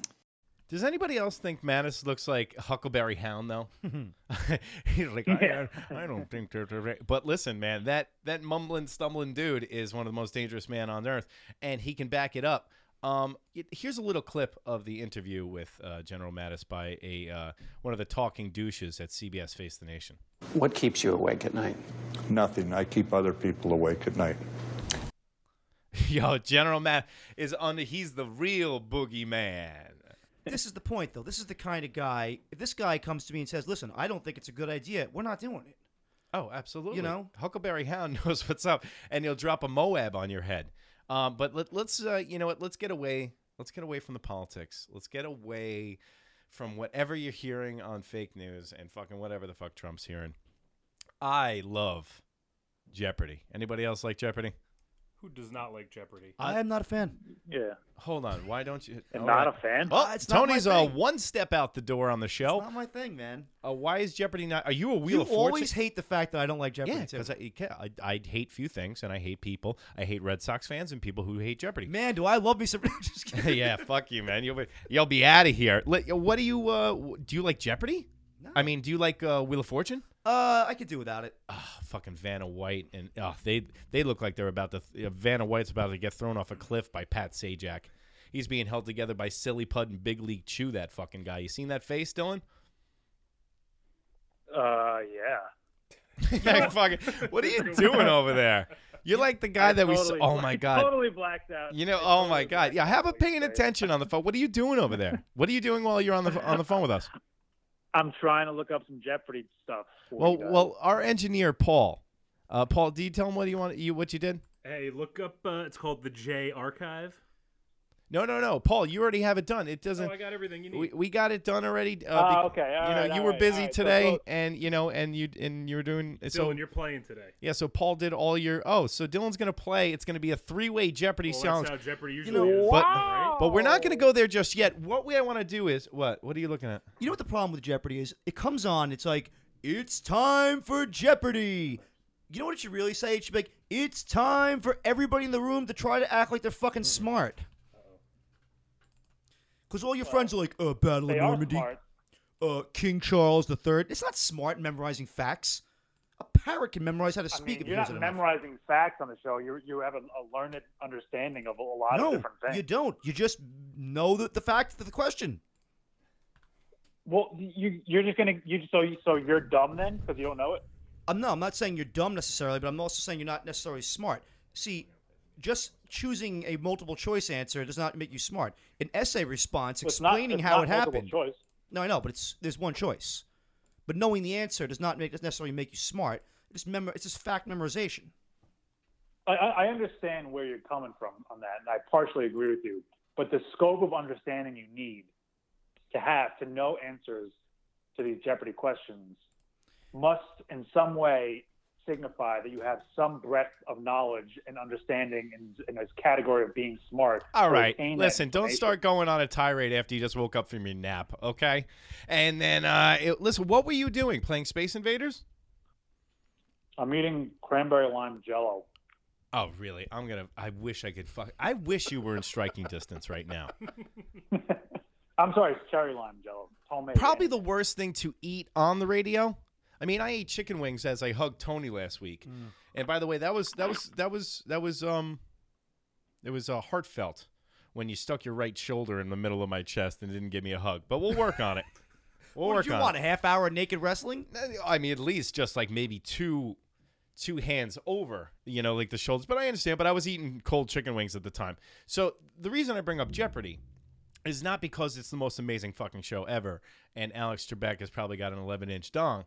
Does anybody else think Mattis looks like Huckleberry Hound though? He's like, I, I don't think they're, they're right." But listen, man, that that mumbling, stumbling dude is one of the most dangerous man on earth, and he can back it up. Um, it- here's a little clip of the interview with uh, General Mattis by a uh, one of the talking douches at CBS Face the Nation. What keeps you awake at night? Nothing. I keep other people awake at night. Yo, General Matt is on. The, he's the real boogeyman. this is the point, though. This is the kind of guy. If this guy comes to me and says, "Listen, I don't think it's a good idea. We're not doing it." Oh, absolutely. You know? Huckleberry Hound knows what's up, and he'll drop a Moab on your head. Um, but let, let's, uh, you know what? Let's get away. Let's get away from the politics. Let's get away from whatever you're hearing on fake news and fucking whatever the fuck Trump's hearing. I love Jeopardy. Anybody else like Jeopardy? Who does not like Jeopardy? I am not a fan. Yeah. Hold on. Why don't you? And all not right. a fan? Well, It's not my Tony's uh, thing. one step out the door on the show. It's not my thing, man. Uh, why is Jeopardy not? Are you a Wheel you of Fortune? always hate the fact that I don't like Jeopardy. yeah, too. because I, yeah, I I hate few things, and I hate people. I hate Red Sox fans and people who hate Jeopardy. man, do I love me some? Just kidding. yeah, fuck you, man. You'll be you'll be out of here. Let- What do you uh, w- do? You like Jeopardy? I mean, do you like uh, Wheel of Fortune? Uh, I could do without it. Oh, fucking Vanna White and oh, they they look like they're about to. Th- uh, Vanna White's about to get thrown off a cliff by Pat Sajak. He's being held together by Silly Pud and Big League Chew. That fucking guy. You seen that face, Dylan? Uh, yeah. Uh, Like, fucking, what are you doing over there? You're like the guy that we. s- Totally Oh bla- my god. Totally blacked out. You know, I oh my totally God! blacked Yeah, out how about what you paying say. attention on the phone? What are you doing over there? What are you doing while you're on the on the phone with us? I'm trying to look up some Jeopardy stuff. For Well, you guys. well, our engineer Paul, uh, Paul, do you tell him what you want? You what you did? Hey, look up. Uh, it's called the J Archive. No, no, no, Paul, you already have it done. It Oh, doesn't. I got everything you need. we, we got it done already. Uh, Ah, bec- okay, all you know, right, you all were right, busy all right. So today, both- and you know, and you and you were doing so. Dylan, you're playing today. yeah, so Paul did all your. Oh, so Dylan's gonna play. It's gonna be a three-way Jeopardy Well, challenge. that's how Jeopardy usually know, is. but right? but we're not gonna go there just yet. What we I want to do is what? What are you looking at? You know what the problem with Jeopardy is? It comes on, it's like, it's time for Jeopardy. You know what it should really say? It should be like, it's time for everybody in the room to try to act like they're Hmm. fucking smart. Because all your friends are like, uh, Battle of they are Normandy, smart. uh, King Charles III. It's not smart memorizing facts. A parrot can memorize how to I speak mean, if he you're hears not it enough. memorizing facts on the show. You you have a, a learned understanding of a lot of No, different things. you don't. You just know the, the fact of the question. Well, you you're just gonna you so you, so you're dumb then because you don't know it. I'm no, I'm not saying you're dumb necessarily, but I'm also saying you're not necessarily smart. See, just choosing a multiple choice answer does not make you smart. An essay response It's not- explaining it's how not it multiple happened. Choice. No, I know, but it's there's one choice. But knowing the answer does not make does necessarily make you smart. It's memor- it's just fact memorization. I, I I understand where you're coming from on that, and I partially agree with you. But the scope of understanding you need to have to know answers to these Jeopardy questions must, in some way, signify that you have some breadth of knowledge and understanding in, in this category of being smart. All to right. retain that Listen, don't information. start going on a tirade after you just woke up from your nap, okay? And then, uh, it- listen, what were you doing? Playing Space Invaders? I'm eating cranberry lime jello. Oh, really? I'm gonna. I wish I could fuck. I wish you were in striking distance right now. I'm sorry, it's cherry lime jello, homemade. Probably the worst thing to eat on the radio. I mean, I ate chicken wings as I hugged Tony last week, Mm. and by the way, that was that was that was that was um, it was uh, heartfelt when you stuck your right shoulder in the middle of my chest and didn't give me a hug. But we'll work on it. We'll What work did you on want? it. Uh, A half hour of naked wrestling? I mean, at least just like maybe two two hands over, you know, like the shoulders. But I understand. But I was eating cold chicken wings at the time. So the reason I bring up Jeopardy is not because it's the most amazing fucking show ever, and Alex Trebek has probably got an 11 inch dong.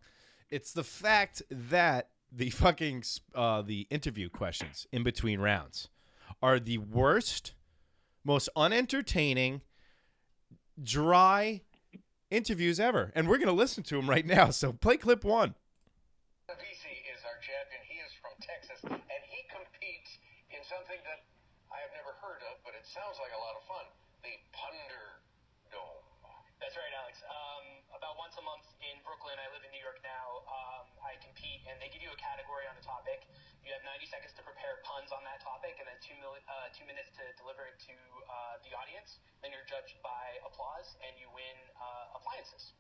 It's the fact that the fucking uh, the interview questions in between rounds are the worst, most unentertaining, dry interviews ever. And we're going to listen to them right now. So play clip one. Avisi is our champion. He is from Texas, and he competes in something that I have never heard of, but it sounds like a lot of fun. The Punder Dome. That's right, Alex. Um, about once a month in Brooklyn. I live in New York now. Um, I compete, and they give you a category on a topic. You have 90 seconds to prepare puns on that topic, and then two, mil- uh, two minutes to deliver it to uh, the audience. Then you're judged by applause, and you win uh, appliances.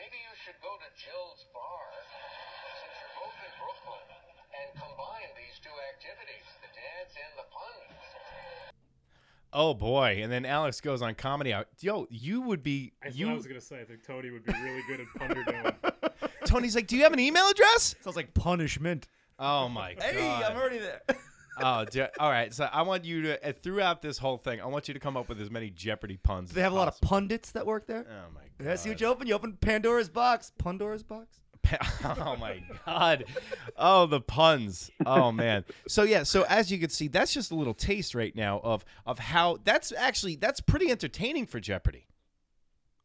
Maybe you should go to Jill's bar, since you're both in Brooklyn, and combine these two activities, the dance and the puns. Oh boy! And then Alex goes on comedy out. Yo, you would be I you. thought I was gonna say I think Tony would be really good at Punderdome. Tony's like, do you have an email address? Sounds like punishment. Oh my god! Hey, I'm already there. oh, dear. all right. So I want you to uh, throughout this whole thing, I want you to come up with as many Jeopardy puns. Do they have a lot of pundits that work there? Oh my god. That's huge open. You open Pandora's box. Pandora's box? oh my god! Oh, the puns! Oh man! So yeah, so as you can see, that's just a little taste right now of of how that's actually that's pretty entertaining for Jeopardy.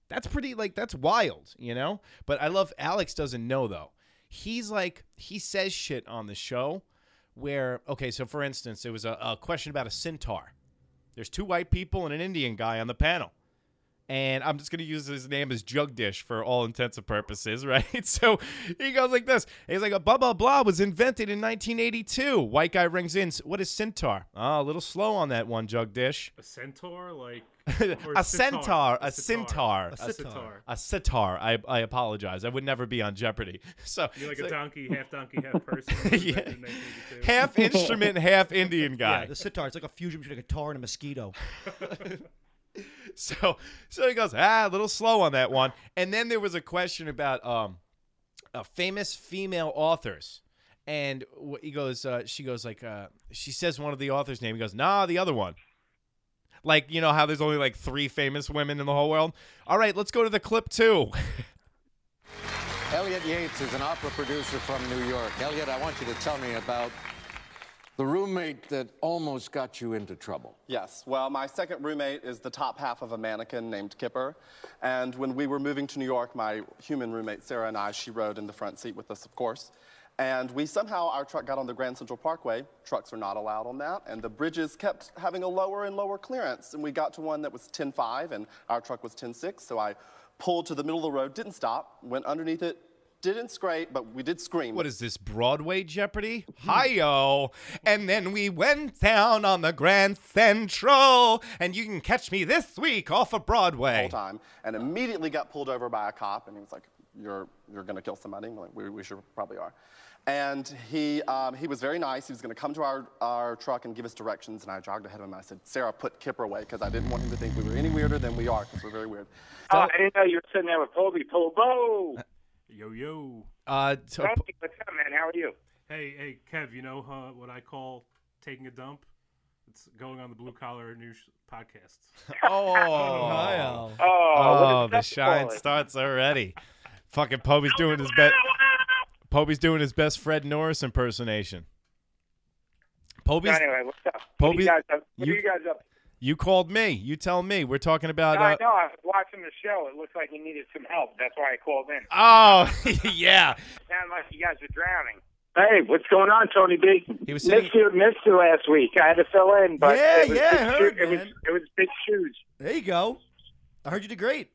That's pretty like that's wild, you know. But I love Alex doesn't know though. He's like he says shit on the show where okay, so for instance, there was a, a question about a centaur. There's two white people and an Indian guy on the panel and I'm just gonna use his name as Jugdish for all intents and purposes, right? So he goes like this. He's like, a blah blah blah was invented in 1982. White guy rings in. What is centaur? Oh, a little slow on that one, Jugdish. a centaur, like or a centaur, a centaur, centaur, a centaur. a centaur. I, I apologize. I would never be on Jeopardy. So You're like so- a donkey, half donkey, half person. It was invented in 1982. half instrument, half Indian guy. Yeah, the sitar. It's like a fusion between a guitar and a mosquito. so so he goes ah a little slow on that one and then there was a question about um uh, famous female authors and wh- he goes uh, she goes like uh, she says one of the authors name he goes nah the other one like you know how there's only like three famous women in the whole world all right let's go to the clip two Elliot Yates is an opera producer from New York. Elliot, I want you to tell me about the roommate that almost got you into trouble. Yes. Well, my second roommate is the top half of a mannequin named Kipper. And when we were moving to New York, my human roommate Sarah and I, she rode in the front seat with us, of course. And we somehow, our truck got on the Grand Central Parkway. Trucks are not allowed on that. And the bridges kept having a lower and lower clearance. And we got to one that was 10.5, and our truck was 10.6. So I pulled to the middle of the road, didn't stop, went underneath it, didn't scrape, but we did scream. what is this broadway jeopardy hi-yo and then we went down on the grand central and you can catch me this week off of broadway whole time and immediately got pulled over by a cop and he was like you're you're gonna kill somebody I'm like we, we sure probably are and he um, he was very nice he was gonna come to our our truck and give us directions and i jogged ahead of him and i said sarah put kipper away because i didn't want him to think we were any weirder than we are because we're very weird Oh, I didn't know you were sitting there with Colby Tolbo. Yo yo. Uh, Randy, what's up, man? How are you? Hey, hey, Kev, you know uh, what I call taking a dump? It's going on the Blue Collar News podcast. Oh, Oh. oh, look at the that shine boy. starts already. Fucking Poby's doing his best. Poby's doing his best Fred Norris impersonation. So Poby's. anyway, what's up? what are Poby, you guys up? What you- are you guys up? you called me. You tell me. We're talking No, I about. uh, know. I was watching the show. It looks like you needed some help. That's why I called in. Uh, oh, yeah. Sound like you guys were drowning. Hey, what's going on, Tony B? He was missed you, missed you last week. I had to fill in, but Yeah, it was yeah, I big heard, shoe- it was it was big shoes. There you go. I heard you did great.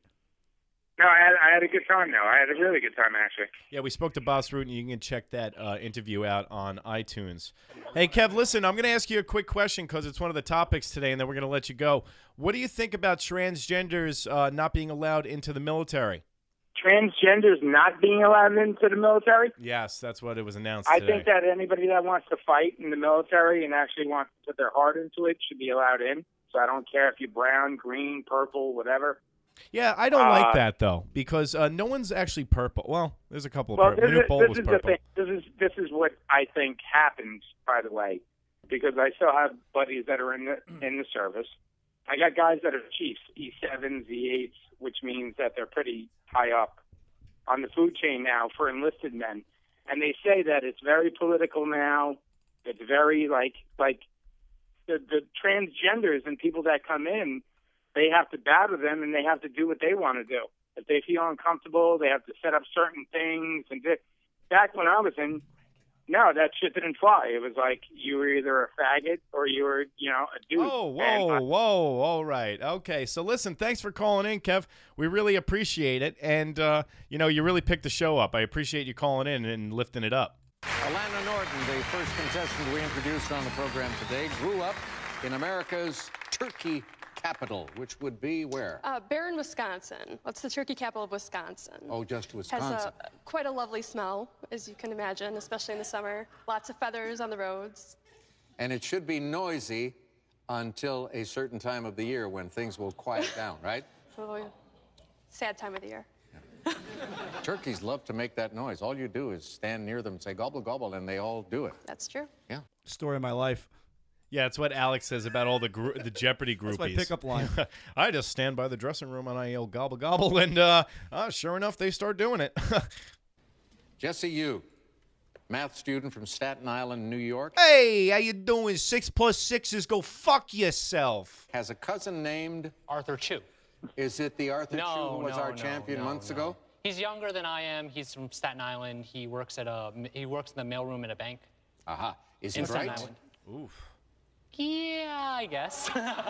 No, I had, I had a good time though. I had a really good time actually. Yeah, we spoke to Boss Root, and you can check that uh, interview out on iTunes. Hey, Kev, listen, I'm going to ask you a quick question because it's one of the topics today, and then we're going to let you go. What do you think about transgenders uh, not being allowed into the military? Transgenders not being allowed into the military. Yes, that's what it was announced. I today. think that anybody that wants to fight in the military and actually wants to put their heart into it should be allowed in. So I don't care if you're brown, green, purple, whatever. Yeah, I don't Uh, like that though because uh, no one's actually purple. Well, there's a couple of Well, purple. this, is, Manute Bol this was is the purple. thing. This is this is what I think happens. By the way, because I still have buddies that are in the in the service. I got guys that are chiefs, E sevens, E eights, which means that they're pretty high up on the food chain now for enlisted men, and they say that it's very political now. It's very like like the the transgenders and people that come in, they have to battle them and they have to do what they want to do. If they feel uncomfortable, they have to set up certain things and this back when I was in, no, that shit didn't fly. It was like you were either a faggot or you were, you know, a dude. Oh, And whoa, whoa. All right. Okay. So listen, thanks for calling in, Kev. We really appreciate it. And, uh, you know, you really picked the show up. I appreciate you calling in and lifting it up. Alana Norton, the first contestant we introduced on the program today, grew up in America's turkey capital, which would be where? Uh, Barron, Wisconsin. That's the turkey capital of Wisconsin. Oh, just Has Wisconsin. a, quite a lovely smell, as you can imagine, especially in the summer. Lots of feathers on the roads. And it should be noisy until a certain time of the year when things will quiet down, right? Probably sad time of the year. Turkeys love to make that noise. All you do is stand near them and say gobble gobble, and they all do it. That's true. Story of my life. Yeah, it's what Alex says about all the gr- the Jeopardy groupies. my pickup line. I just stand by the dressing room and I yell gobble gobble, and uh, uh, sure enough, they start doing it. Jesse, you, math student from Staten Island, New York, hey, how you doing? Six plus sixes, go fuck yourself. has a cousin named Arthur Chu. Is it the Arthur Chu who was our champion no, months no. ago? He's younger than I am. He's from Staten Island. He works at a he works in the mailroom at a bank. Aha. Is he in Staten right? Island. Oof. Yeah, I guess.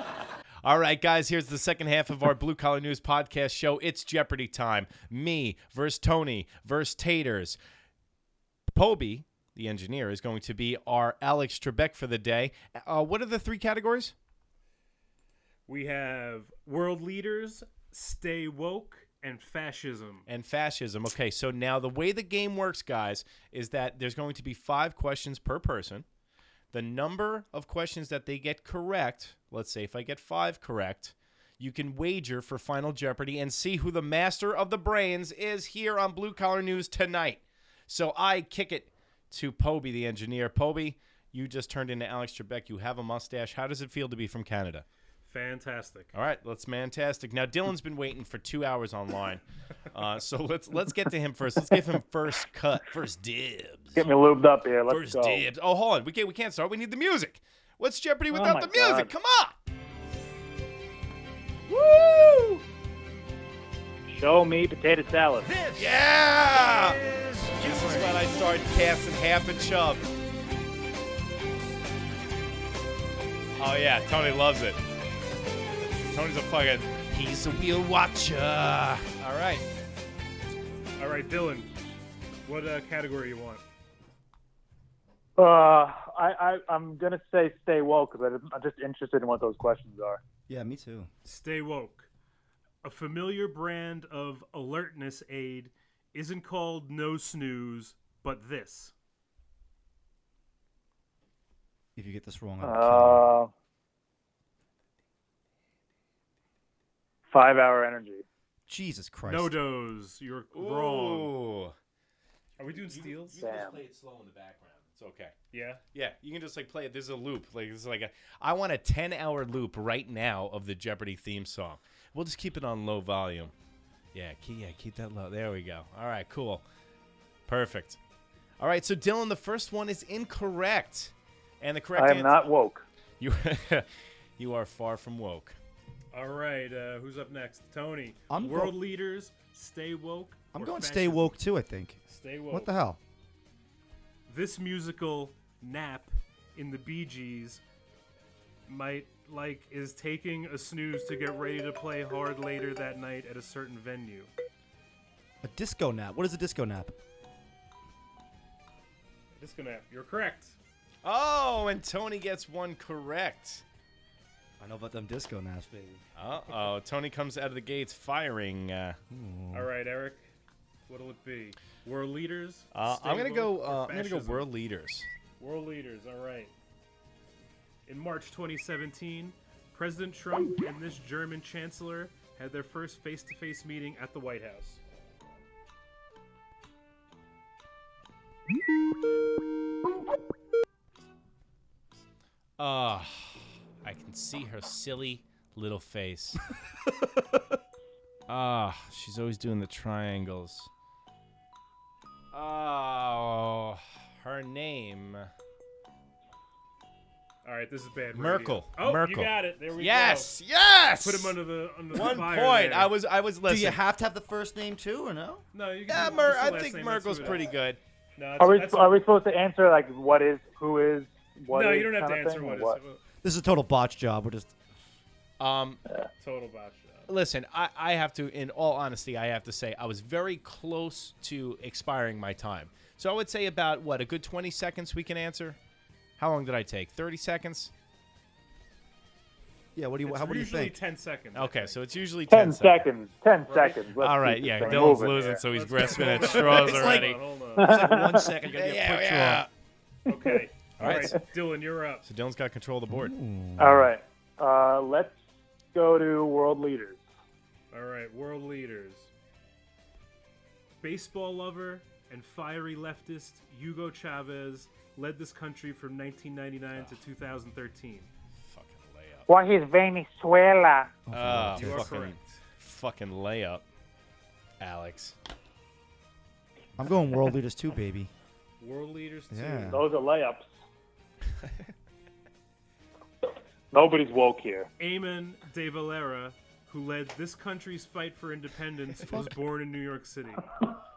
All right, guys, here's the second half of our Blue Collar News podcast show. It's Jeopardy time. Me versus Tony versus Taters. Poby, the engineer, is going to be our Alex Trebek for the day. Uh, what are the three categories? We have world leaders, stay woke, and fascism. And fascism. Okay, so now the way the game works, guys, is that there's going to be five questions per person. The number of questions that they get correct, let's say if I get five correct, you can wager for Final Jeopardy and see who the master of the brains is here on Blue Collar News tonight. So I kick it to Poby, the engineer. Poby, you just turned into Alex Trebek. You have a mustache. How does it feel to be from Canada? Fantastic. All right, let's fantastic. Now Dylan's been waiting for two hours online, uh, so let's let's get to him first. Let's give him first cut, first dibs. Get me lubed up here. Let's First go. dibs. Oh, hold on, we can't we can't start. We need the music. What's Jeopardy Oh without my the music? God. Come on. Woo! Show me potato salad. Yeah. This is when I start casting half a chub. Oh yeah, Tony loves it. Tony's a fucking. He's a wheel watcher. All right. All right, Dylan, what uh, category you want? Uh, I, I I'm gonna say stay woke because I'm just interested in what those questions are. Yeah, me too. Stay woke. A familiar brand of alertness aid isn't called no snooze, but this. If you get this wrong, I'm Uh, five hour energy. Jesus Christ. No doze. You're wrong. Are we doing steals? You can just play it slow in the background. It's okay. Yeah. Yeah, you can just like play it. There's a loop. Like this is like a. I want a 10 hour loop right now of the Jeopardy theme song. We'll just keep it on low volume. Yeah, keep, yeah, keep that low. There we go. All right, cool. Perfect. All right, so Dylan, the first one is incorrect, and the correct. I am ans- not woke. You, you are far from woke. All right. Uh, who's up next? Tony. I'm go- World leaders. Stay woke. I'm or going fascism? stay woke too. I think. Stay What woke. the hell? This musical nap in the Bee Gees might like is taking a snooze to get ready to play hard later that night at a certain venue. A disco nap. What is a disco nap? Disconnect. You're correct. Oh, and Tony gets one correct. I know about them disco naps, baby. Uh oh, Tony comes out of the gates firing. Uh, Mm. All right, Eric. What'll it be? World leaders. uh, I'm stable, gonna go. or Uh, I'm gonna go fascism? world leaders. World leaders, all right. In March 2017, President Trump and this German chancellor had their first face to face meeting at the White House. Ah, I can see her silly little face. Ah, she's always doing the triangles. Oh, her name. All right, this is bad. radio. Merkel. Oh, Merkel. you got it. There we Yes, go. yes! Put him under the under the One fire point. there. I was- I was Do you listening. have to have the first name too, or no? No, you Yeah, Mer- I think Merkel's pretty good. No, Are we are we supposed to answer like what is who is what? No, is you don't have kind to of answer thing, or what is- what This is a total botch job. We're just Um, Total botch. listen, I, I have to, in all honesty, I have to say I was very close to expiring my time. So I would say about what a good 20 seconds we can answer. How long did I take? 30 seconds. Yeah. What do you? It's how, what do you usually think? 10 seconds. Okay, so it's usually 10 10 seconds. 10 seconds. Let's all right, keep this yeah. thing Dylan's moving losing, here. so he's Let's grasping go. at straws It's like- already. Hold on, hold on. It's like one second, gotta get a quick Okay. All All right. right. Dylan, you're up. So Dylan's got control of the board. All right. Uh, let's go to world leaders. All right, world leaders. Baseball lover and fiery leftist Hugo Chavez led this country from 1999 to 2013. What is Venezuela? Ah, You are fucking, correct. fucking layup, Alex. I'm going world leaders too, baby. World leaders too. Yeah. Those are layups. Nobody's woke here. Eamon de Valera, who led this country's fight for independence, was born in New York City.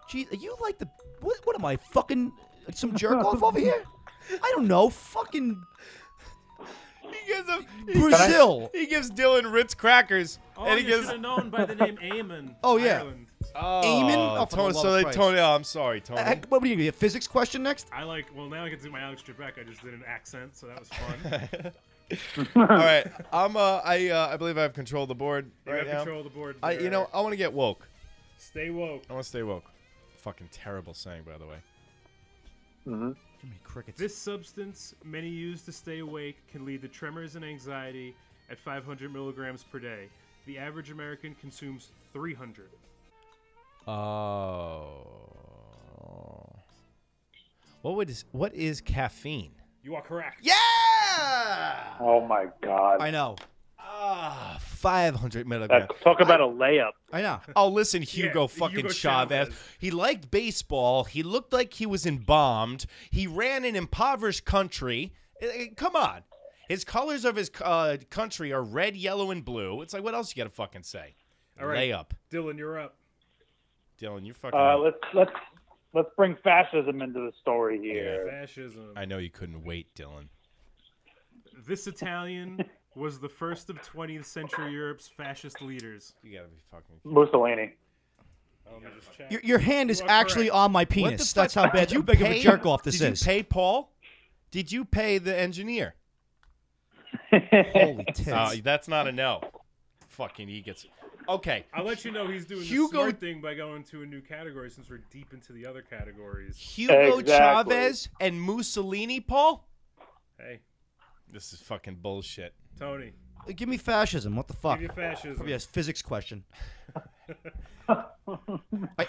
Gee, are you like the what? What am I fucking some jerk off over here? I don't know. Fucking He gives him Brazil. He gives Dylan Ritz crackers, Oh, and he you gives. should have known by the name Eamon. Oh, yeah. Ireland. Oh, Eamon? Oh, for the Tony, love of so they, Christ. Tony, oh, I'm sorry, Tony. Uh, what are you gonna be a physics question next? I like. Well, now I get to do my Alex Trebek. I just did an accent, so that was fun. All right, I'm. Uh, I uh, I believe I have control of the board You right have now. control of the board I, you there. know, I want to get woke. Stay woke. I want to stay woke. Fucking terrible saying, by the way. Too many crickets. This substance, many use to stay awake, can lead to tremors and anxiety at 500 milligrams per day. The average American consumes 300. Oh. What would is what is caffeine? You are correct. Yeah. Oh my God. I know. Ah, 500 milligrams. That, talk about a layup. I know. Oh, listen, Hugo Hugo fucking Chavez. Chavez. He liked baseball. He looked like he was embalmed. He ran an impoverished country. Eh, eh, Come on. His colors of his uh, country are red, yellow, and blue. It's like, what else you got to fucking say? All right. Layup. Dylan, you're up. Dylan, you're fucking. Uh, up. let's let's let's bring fascism into the story here. Fascism. I know you couldn't wait, Dylan. This Italian was the first of 20th century Europe's fascist leaders. You got to be fucking. Mussolini. Oh, let me just check. Your, your hand is You are actually correct. on my What penis. the That's fuck- how bad Did you too big of pay- a jerk off this did is. you pay Paul? Did you pay the engineer? Holy tits. Uh, that's not a no. Fucking he gets. Okay, I'll let you know he's doing Hugo- the smart thing by going to a new category since we're deep into the other categories. Hugo Exactly. Chavez and Mussolini, Paul. Hey, This is fucking bullshit. Tony, Uh, Give me fascism. What the fuck? give you fascism. Yes, physics question. I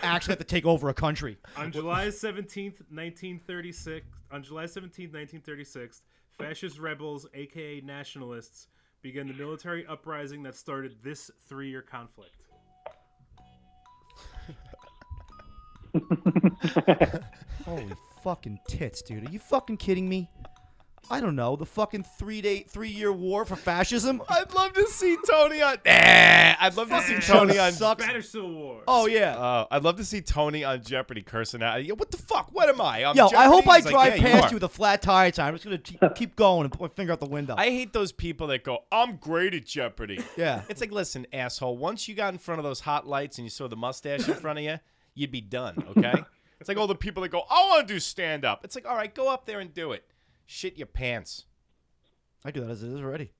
actually have to take over a country. On July 17th, 1936, on July 17th, 1936, fascist rebels, aka nationalists, began the military uprising that started this three-year conflict. Holy fucking tits, dude. Are you fucking kidding me? I don't know. The fucking three day, three year war for fascism? I'd love to see Tony on. Eh, I'd love to see Tony on. sucks. Spanish Civil War. Oh, yeah. Uh, I'd love to see Tony on Jeopardy cursing out. "Yeah, What the fuck? What am I? I'm Yo, I Jeopardy?" hope I He's like, drive "Yeah, past are." you with a flat tire time. I'm just going to keep going and put my finger out the window. I hate those people that go, "I'm great at Jeopardy." yeah. It's like, listen, asshole. Once you got in front of those hot lights and you saw the mustache in front of you, you'd be done. Okay. it's like all the people that go, I want to do stand up. It's like, all right, go up there and do it. Shit your pants. I do that as it is already.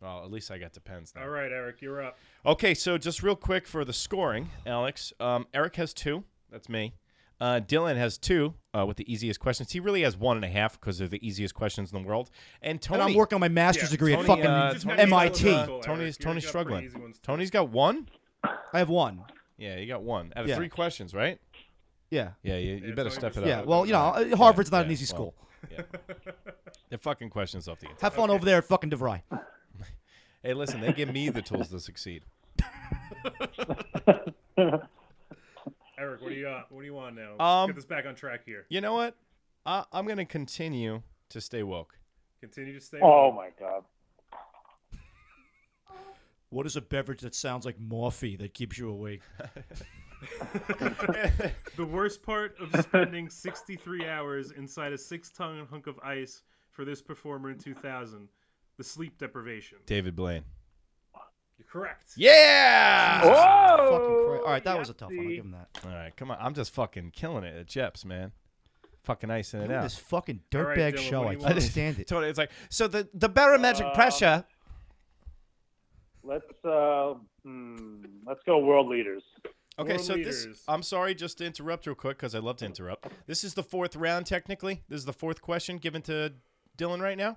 Well, at least I got to pens now. All right, Eric, you're up. Okay, so just real quick for the scoring, Alex. Um, Eric has two. That's me. Uh, Dylan has two uh, with the easiest questions. He really has one and a half because they're the easiest questions in the world. And Tony, I'm working on my master's degree at fucking Tony's- MIT. uh, Tony's Tony's struggling. Tony's got one. I have one. Yeah, you got one out of Yeah. three questions, right? Yeah. Yeah, you, you better step it up. Yeah, well, you know, uh, Harvard's not an easy school. yeah. They're fucking questions off the internet. Have fun over there at fucking DeVry. Hey, listen, they give me the tools to succeed. Eric, what do you got? What do you want now? Let's Um, get this back on track here. You know what? I, I'm going to continue to stay woke. Continue to stay. Oh warm. my god. What is a beverage that sounds like morphine that keeps you awake? the worst part of spending 63 hours inside a six-ton hunk of ice for this performer in 2000, the sleep deprivation. David Blaine. You're correct. Yeah! Jesus Fucking cra- All right, that was a tough one. I'll give him that. All right, come on. I'm just fucking killing it at Jeps, man. Fucking icing it Look at out. this fucking dirtbag All right, Dylan, show. what do I you can't want? stand it. Totally. It's like, so the, the barometric Uh, pressure. Let's uh, hmm, let's go world leaders. Okay, so this. I'm sorry, just to interrupt real quick because I love to interrupt. This is the fourth round, technically. This is the fourth question given to Dylan right now.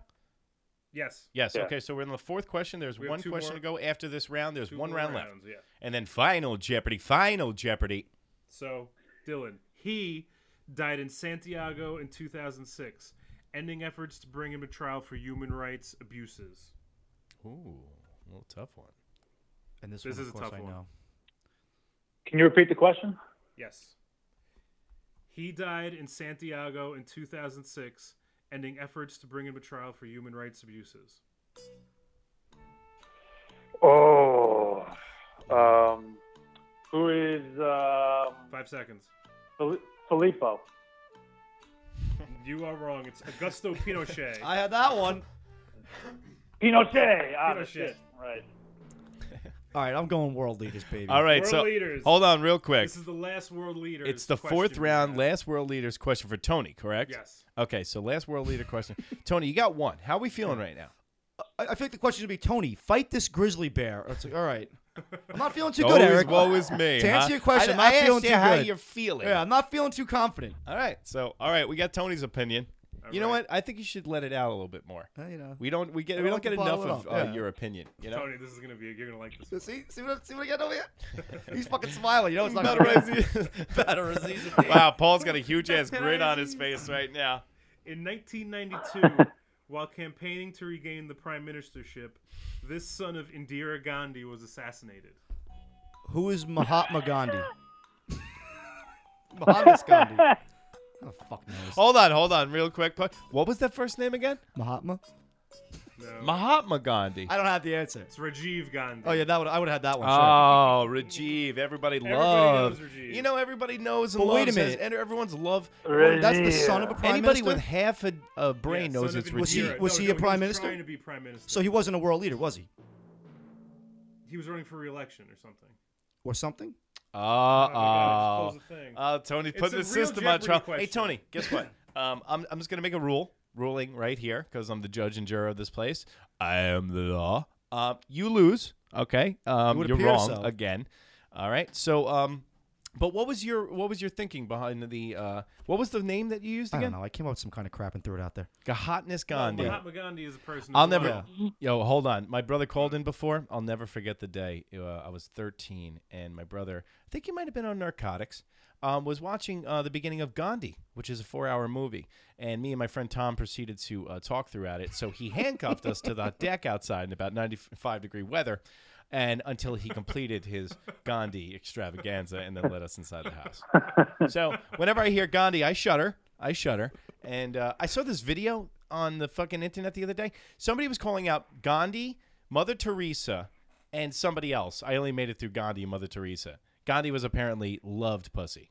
Yes. Yes. Okay, so we're in the fourth question. There's We have one two question more- to go after this round. There's two one more round rounds, left. yeah. And then final Jeopardy. Final Jeopardy. So, Dylan, he died in Santiago in 2006, ending efforts to bring him to trial for human rights abuses. Ooh, a little tough one. And this, This one, is of a course, tough I one. know. Can you repeat the question? Yes. He died in Santiago in 2006, ending efforts to bring him to trial for human rights abuses. Oh, um, who is um, Five seconds. Fel- Filippo? You are wrong. It's Augusto Pinochet. I had that one. Pinochet. Ah, Pinochet. shit. Right. All right, I'm going world leaders, baby. All right, World so leaders. hold on real quick. This is the last world leader. It's the fourth round, last world leaders question for Tony, correct? Yes. Okay, so last world leader question. Tony, you got one. How are we feeling right now? I, I feel like the question should be Tony, fight this grizzly bear. It's like, all right. I'm not feeling too Always good, Eric. woe is me, To answer huh? your question, I- I'm not I asked feeling you too how good. you're feeling. Yeah, I'm not feeling too confident. All right, so all right, we got Tony's opinion. you know what? I think you should let it out a little bit more. Uh, you know. we don't we get I we don't like get to bottle enough of it uh, up, yeah. your opinion. You know, Tony, this is gonna be. You're gonna like this. See, see what, see what I got over here? He's fucking smiling. You know it's not Better good. Aziz- Better Aziz Abdi. wow, Paul's got a huge ass grin on his face right now. In 1992, while campaigning to regain the prime ministership, this son of Indira Gandhi was assassinated. Who is Mahatma Gandhi? Mahatma Gandhi. Oh, fuck knows. Hold on, hold on, real quick. Pu- What was that first name again? Mahatma? No. Mahatma Gandhi. I don't have the answer. it's Rajiv Gandhi. Oh yeah, that would I would have had that one. sure. Oh, Rajiv. Everybody Everybody loves. knows Rajiv. You know, everybody knows and But wait loves a his- minute. and everyone's love. Rajiv. That's the son of a prime Anybody minister. with half a, a brain Yeah, knows son of it's Indira. Was he- Rajiv. was No, he no, a prime was minister? Trying to be prime minister. so he wasn't a world leader, was he, he was running for re-election or something. or something? Uh God, oh. it's close to thing. Uh, Tony, It's put a the real system on Jeopardy trial. Hey, question. Tony, guess what? Um, I'm, I'm just going to make a rule, ruling right here, because I'm the judge and juror of this place. I am the law. Uh, you lose, okay? Um, would you're appear wrong so. again. All right. So, um, but what was your what was your thinking behind the uh, what was the name that you used I don't again? know. I came up with some kind of crap and threw it out there. Gahatnas Gandhi. Mahatma Gandhi is a person. I'll as never. well. Yo, hold on. My brother called in before. I'll never forget the day. Uh, I was 13, and my brother, I think he might have been on narcotics, um, was watching uh, the beginning of Gandhi, which is a four-hour movie. And me and my friend Tom proceeded to uh, talk throughout it. So he handcuffed us to the deck outside in about 95 degree weather, and until he completed his Gandhi extravaganza, and then let us inside the house. So whenever I hear Gandhi, I shudder. I shudder. And uh, I saw this video on the fucking internet the other day. Somebody was calling out Gandhi, Mother Teresa, and somebody else. I only made it through Gandhi and Mother Teresa. Gandhi was apparently loved pussy.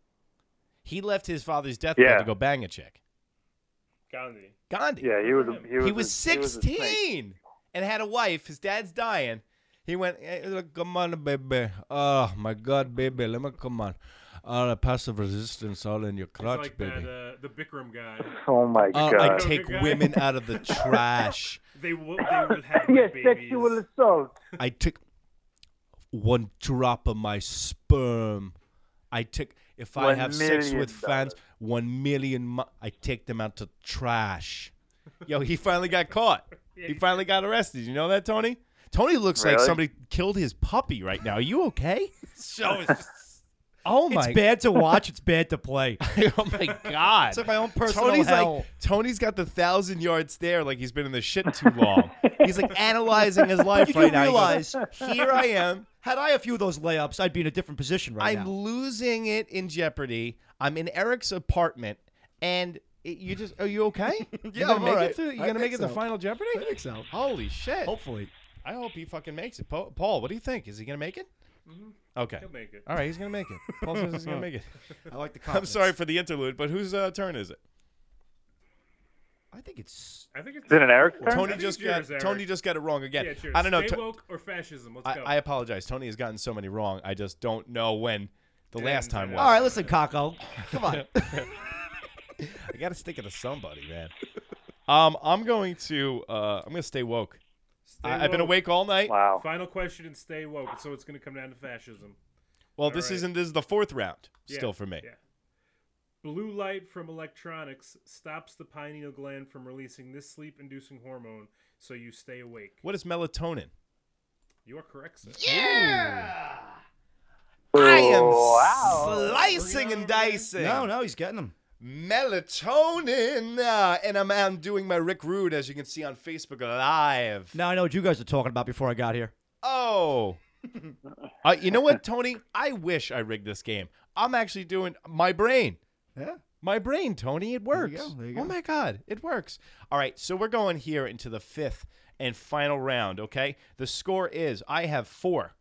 He left his father's deathbed Yeah. to go bang a chick. Gandhi. Gandhi. Yeah, he was. a- He He was, was a- he was a snake. 16 and had a wife. His dad's eh, dying. He went, "Hey, look, come on, baby. Oh, my God, baby. Let me come on. are a passive resistance all in your crotch, like baby. that, uh, the Bikram guy. Oh my Oh, I God. take women out of the trash. They will. They will have Yes, babies. sexual assault. I took one drop of my sperm. I took if I One have sex with million fans, one million. Mi- I take them out to trash. Yo, he finally got caught. He finally got arrested. You know that, Tony? Tony looks like Really? somebody killed his puppy right now. Are you okay? show is Oh my! It's bad to watch. It's bad to play. oh my god! It's like my own personal Tony's hell. like Tony's got the thousand yard stare, like he's been in the shit too long. he's like analyzing his life you do right now. He realize, goes, Here I am. Had I a few of those layups, I'd be in a different position right I'm now. losing it in Jeopardy. I'm in Eric's apartment, and it, you just are you okay? you I'm gonna make alright. it through. You I gonna make think it to so. Final Jeopardy? I think so. Holy shit! Hopefully, I hope he fucking makes it. Pa- Paul, what do you think? Is he gonna make it? Okay. He'll make it. All right, he's gonna make it. Paul says he's gonna make it. I like the I'm sorry for the interlude, but whose uh, turn is it? I think it's. I think it's. Isn't it Eric's turn? I Tony think just it's yours, got Tony Eric. just got it wrong again. Yeah, cheers. I don't know. Stay To- woke or fascism? Let's I, go. I apologize. Tony has gotten so many wrong. I just don't know when the last time was. All right, listen, Kako. Come on. I gotta stick it to somebody, man. Um, I'm going to uh, I'm gonna stay woke. Stay I, I've been woke. awake all night. Final question and stay woke. So it's going to come down to fascism. Well, All this right. isn't this is the fourth round Yeah, still for me. Yeah. Blue light from electronics stops the pineal gland from releasing this sleep-inducing hormone, so you stay awake. What is melatonin? You are correct, sir. Yeah. I am wow. slicing and dicing. No, no, he's getting them. Melatonin, uh, and I'm, I'm doing my Rick Rude as you can see on Facebook Live. Now I know what you guys were talking about before I got here. Oh. Uh, you know what, Tony? I wish I rigged this game. I'm actually doing my brain. Yeah. My brain, Tony. It works. go, there you Oh my God. It works. All right. So we're going here into the fifth and final round, okay? The score is I have four.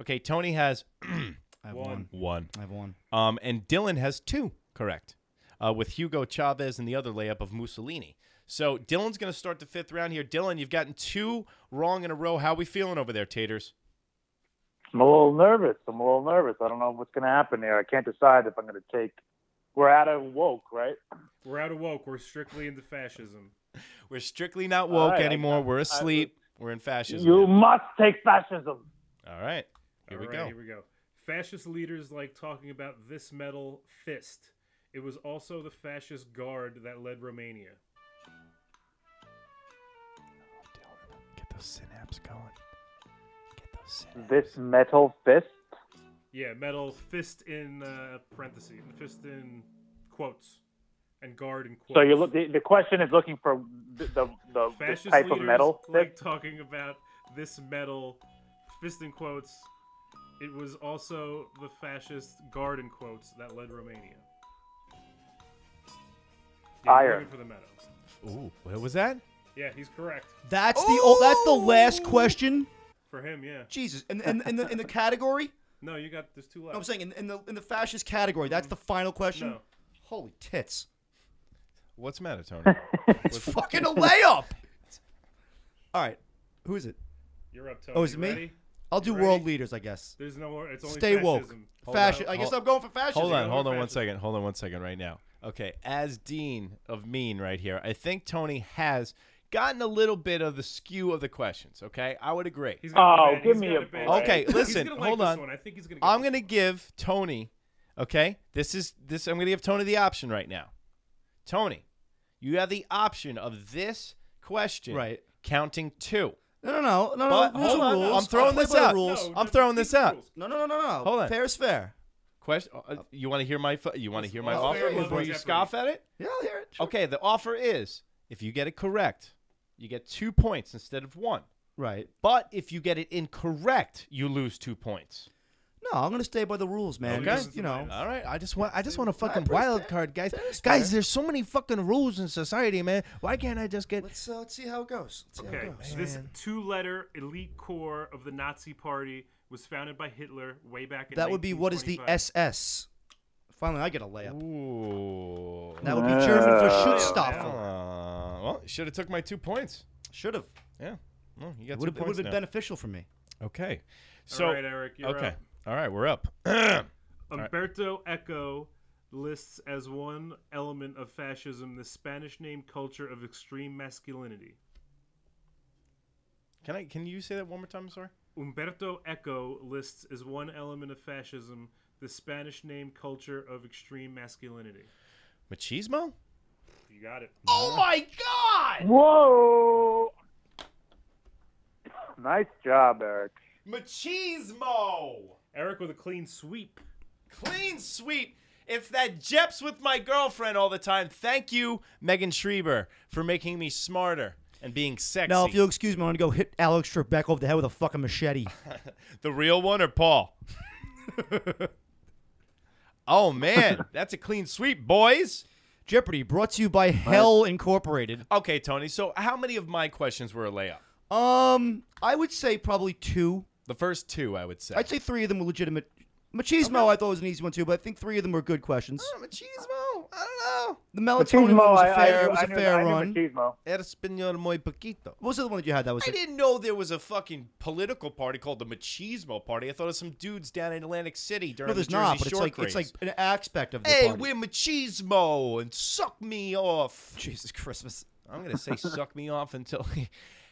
Okay. Tony has I have one. One. I have one. Um, and Dylan has two, correct, uh, with Hugo Chavez and the other layup of Mussolini. So Dylan's going to start the fifth round here. Dylan, you've gotten two wrong in a row. How we feeling over there, Taters? I'm a little nervous. I'm a little nervous. I don't know what's going to happen here. I can't decide if I'm going to take. We're out of woke, right? We're out of woke. We're strictly into fascism. We're strictly not woke right, I- anymore. We're I- asleep. We're in fascism. You now. must take fascism. All right. Here All we right, go. Here we go. Fascist leaders like talking about this metal fist. It was also the fascist guard that led Romania. Get those synapses going. Get those This metal fist. Yeah, metal fist in uh, parentheses, fist in quotes, and guard in quotes. So you look. The, the question is looking for the the, the this Fascist type of leaders metal. like talking about this metal fist in quotes. It was also the fascist guard in quotes that led Romania. Yeah, Iron. looking For the metal. Ooh, what was that? Yeah, he's correct. That's the oh, that's the last question. For him, yeah. Jesus, and and in the in the category. No, you got there's two left. No, I'm saying in, in the in the fascist category. That's the final question. No. Holy tits! What's the matter, Tony? It's fucking a layup. All right, who is it? You're up, Tony. Oh, is it me? Ready? I'll do Ready? world leaders, I guess. There's no more. It's only Stay fascism. woke. Fasci- I guess I'm going for fascism. Hold on, hold on one second. Hold on one second right now. Okay, as Dean of Mean right here, I think Tony has gotten a little bit of the skew of the questions, okay? I would agree. He's got Oh, a bad- give he's me got a bad- break. Okay, He's listen, gonna like hold this on. one. I think he's gonna. I'm gonna give Tony. Okay, this is this. I'm gonna give Tony the option right now. Tony, you have the option of this question. Right. Counting two. No, no, no, no, But no. hold no, on, rules. I'm I'll throwing play this by the out. Rules. I'm throwing this out. No, no, no, no, no. Hold on. Fair is fair. Question. uh, You want to hear my? fu- You want to hear my Oh, offer fair is before fair. you scoff at it? Yeah, I'll hear it. Okay. The offer is if you get it correct, you get two points instead of one. Right. But if you get it incorrect, you lose two points. No, I'm gonna stay by the rules, man. Okay. Just, you know. All right. I just want. I just want a fucking appreciate wild card, guys. is Guys, fair. there's so many fucking rules in society, man. Why can't I just get? Let's uh, let's see how it goes. Let's see how Okay, it goes. this two-letter elite corps of the Nazi Party was founded by Hitler way back in. That would be what is the 1925. SS? Finally, I get a layup. Ooh. That would be German for Uh, Schutzstaffel. Uh, well, should have took my two points. Should have. Yeah. Well, you It got would two have points been now. beneficial for me. Okay. All So right, Eric, you're okay. up. All right, we're up. right. Umberto Eco lists as one element of fascism the Spanish name culture of extreme masculinity. Can I? Can you say that one more time? Sorry. Umberto Eco lists as one element of fascism the Spanish name culture of extreme masculinity. Machismo. You got it. Oh my God! Whoa! Nice job, Eric. Machismo. Eric with a clean sweep. Clean sweep. It's that Jeps with my girlfriend all the time. Thank you, Megan Schreiber, for making me smarter and being sexy. Now, if you'll excuse me, I'm gonna go hit Alex Trebek over the head with a fucking machete. the real one or Paul? oh man, that's a clean sweep, boys. Jeopardy brought to you by Hell Incorporated. Okay, Tony. So, how many of my questions were a layup? Um, I would say probably two. The first two, I would say. I'd say three of them were legitimate. Machismo, I thought was an easy one too, but I think three of them were good questions. Uh, Machismo. I The melatonin one was I- a I fair, knew- was I a knew- fair I knew run. Machismo. Español muy poquito. What was the other one that you had? That was I it? didn't know there was a fucking political party called the Machismo Party. I thought it was some dudes down in Atlantic City during no, there's the Jersey not. But it's Shore like craze. it's like an aspect of the hey, party. we're machismo and suck me off. Jesus Christmas. I'm gonna say suck me off until.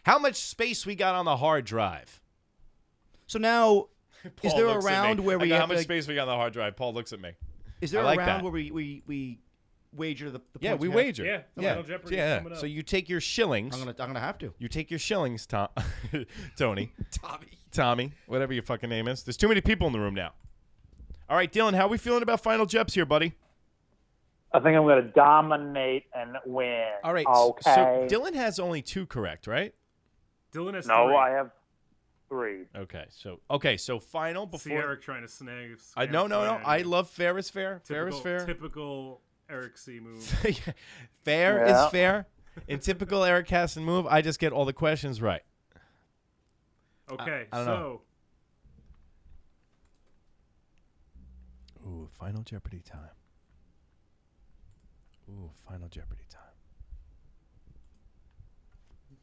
How much space we got on the hard drive? So now, is Paul there a looks at me. round where I we go, how have much to- space we got on the hard drive? Paul looks at me. is there I like a round that. where we we we wager the, the yeah, points we have? wager. Yeah, yeah, Final Jeopardy's yeah. coming up. So you take your shillings. I'm gonna I'm gonna have to. You take your shillings, Tom, Tony, Tommy, Tommy, whatever your fucking name is. There's too many people in the room now. All right, Dylan, how we feeling about Final Jeps here, buddy? I think I'm going to dominate and win. All right, s- Okay. so Dylan has only two correct, right? Dylan has no, three. I have three. Okay, so okay, so final See before. Eric trying to snag. I snag no no no. Brian. I love fair is fair. Fair is typical, fair. Typical Eric C move. fair Yeah. is fair. In typical Eric Casson move, I just get all the questions right. Okay, I don't so know. Ooh, Final Jeopardy time. Ooh, Final Jeopardy time.